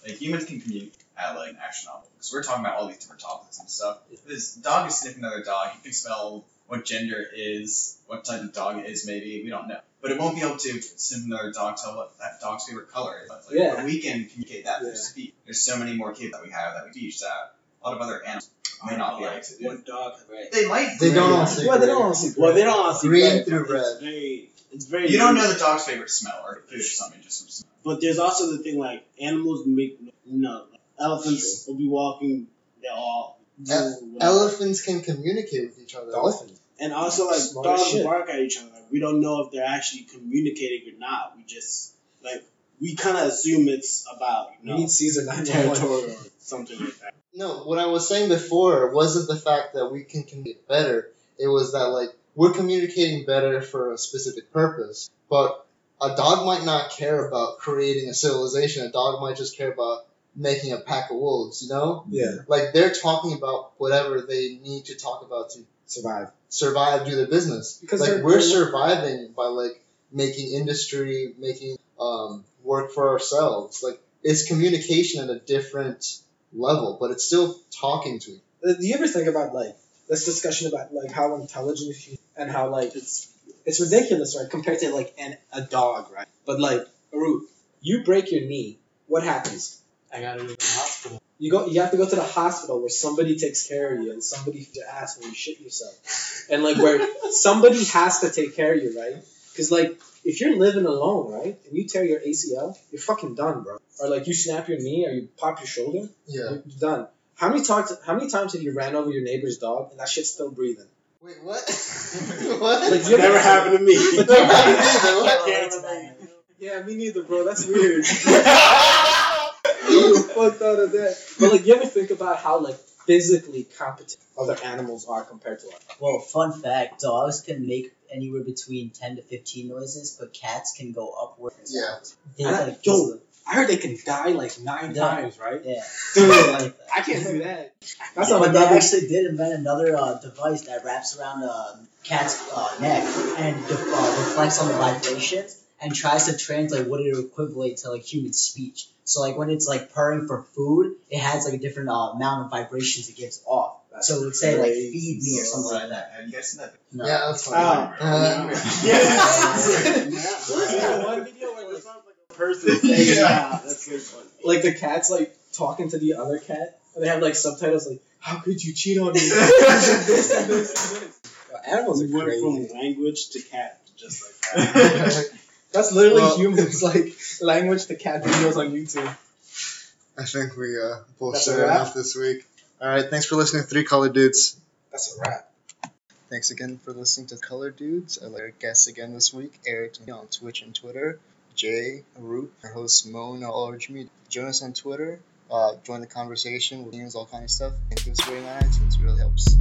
Speaker 3: like humans can communicate at like an action level because we're talking about all these different topics and stuff. This dog is sniffing another dog. He can smell what gender it is, what type of dog it is. Maybe we don't know, but it won't be able to sniff another dog tell what that dog's favorite color is. Like,
Speaker 2: Yeah.
Speaker 3: But we can communicate that
Speaker 2: Yeah.
Speaker 3: through speech. There's so many more kids that we have that we teach that a lot of other animals may not be able to do.
Speaker 4: One dog.
Speaker 3: They might.
Speaker 1: They don't
Speaker 3: do.
Speaker 1: all see
Speaker 2: Well, they
Speaker 1: green.
Speaker 2: don't want to see.
Speaker 4: Well, they don't want to see
Speaker 1: Green
Speaker 4: red,
Speaker 1: through
Speaker 4: but
Speaker 1: red.
Speaker 4: It's very, it's very.
Speaker 3: You don't
Speaker 4: loose.
Speaker 3: know the dog's favorite smell or food or something just from smell.
Speaker 4: But there's also the thing like animals make no. no like, elephants will be walking. They all.
Speaker 2: E-
Speaker 1: El- Elephants can communicate with each other.
Speaker 2: Dolphins.
Speaker 4: and also like
Speaker 2: Smart as
Speaker 4: dogs
Speaker 2: shit.
Speaker 4: bark at each other. Like, we don't know if they're actually communicating or not. We just like we kind of assume it's about you
Speaker 2: We
Speaker 4: know
Speaker 2: need Caesar nine
Speaker 4: territory or something like that.
Speaker 1: No, what I was saying before wasn't the fact that we can communicate better. It was that like we're communicating better for a specific purpose. But a dog might not care about creating a civilization. A dog might just care about making a pack of wolves. You know,
Speaker 2: Yeah.
Speaker 1: like they're talking about whatever they need to talk about to
Speaker 2: Survive.
Speaker 1: survive, do their business.
Speaker 2: Because
Speaker 1: like
Speaker 2: they're-
Speaker 1: we're
Speaker 2: they're-
Speaker 1: surviving by like making industry, making um, work for ourselves. Like it's communication at a different level, but it's still talking to. each
Speaker 2: Uh, Do you ever think about like this discussion about like how intelligent you and how like it's it's ridiculous, right? Compared to like an, a dog, right? But like Arut, you break your knee, what happens?
Speaker 5: I gotta be in the hospital.
Speaker 2: You go. You have to go to the hospital where somebody takes care of you and somebody feeds your ass when you shit yourself, and like where somebody has to take care of you, right? Because like if you're living alone, right, and you tear your ACL, you're fucking done, bro. Or like you snap your knee or you pop your shoulder.
Speaker 1: Yeah.
Speaker 2: You're done. How many times? How many times have you ran over your neighbor's dog and that shit's still
Speaker 9: [laughs]
Speaker 2: breathing?
Speaker 1: Wait, what? [laughs] what?
Speaker 2: Like, you-
Speaker 4: Never happened to me.
Speaker 1: But you- [laughs]
Speaker 4: I can't
Speaker 1: That's
Speaker 4: relate.
Speaker 2: Yeah, me neither, bro.
Speaker 9: [laughs]
Speaker 2: That's [laughs] weird. you fucked out of that. But like, you ever think about how like physically competent other animals are compared to us?
Speaker 9: Well, fun fact: dogs can make anywhere between ten to fifteen noises, but cats can go upwards.
Speaker 1: Yeah.
Speaker 9: They,
Speaker 2: And I-
Speaker 9: like,
Speaker 2: yo, I heard they can die like nine
Speaker 9: Yeah.
Speaker 2: times, right?
Speaker 9: yeah.
Speaker 2: Dude,
Speaker 9: like that.
Speaker 2: I can't [laughs] do that. That's
Speaker 9: That's
Speaker 2: not
Speaker 9: but
Speaker 2: what
Speaker 9: they
Speaker 2: that
Speaker 9: actually did invent another uh, device that wraps around a cat's uh, neck and uh, reflects on the vibrations and tries to translate what it would equivalent to like human speech. So like when it's like purring for food, it has like a different uh, amount of vibrations it gives off. so it would say like
Speaker 2: crazy.
Speaker 9: feed me or something like that.
Speaker 3: Have you guys seen that?
Speaker 9: No.
Speaker 1: Yeah, that's funny.
Speaker 4: Oh.
Speaker 1: Uh,
Speaker 2: Oh.
Speaker 9: [laughs]
Speaker 2: [laughs]
Speaker 4: Yeah. [laughs]
Speaker 2: that one video where like, [laughs]
Speaker 4: Person saying,
Speaker 3: Yeah.
Speaker 4: yeah, that's good one.
Speaker 2: like the cat's like talking to the other cat and they have like subtitles like, "How could you cheat on me?" this and
Speaker 9: [laughs]
Speaker 2: this and this. Yo, Animals
Speaker 4: [laughs] We
Speaker 2: are
Speaker 4: went
Speaker 2: crazy.
Speaker 4: from language to cat, just like that.
Speaker 9: [laughs]
Speaker 1: yeah.
Speaker 2: That's literally [laughs]
Speaker 1: Well-
Speaker 2: humans like language to cat videos on YouTube.
Speaker 1: [laughs] I think we uh,
Speaker 2: That's
Speaker 1: bullshit
Speaker 2: a wrap.
Speaker 1: enough this week. All right, thanks for listening, to Three Color Dudes.
Speaker 2: That's a wrap.
Speaker 1: Thanks again for listening to Color Dudes. I'd like our guests again this week, Eric on Twitch and Twitter, Jay, Roop, our host Moan on all Rich Media, Jonas on Twitter. Uh, join the conversation with memes, all kind of stuff. And give us a rating on iTunes. It really helps.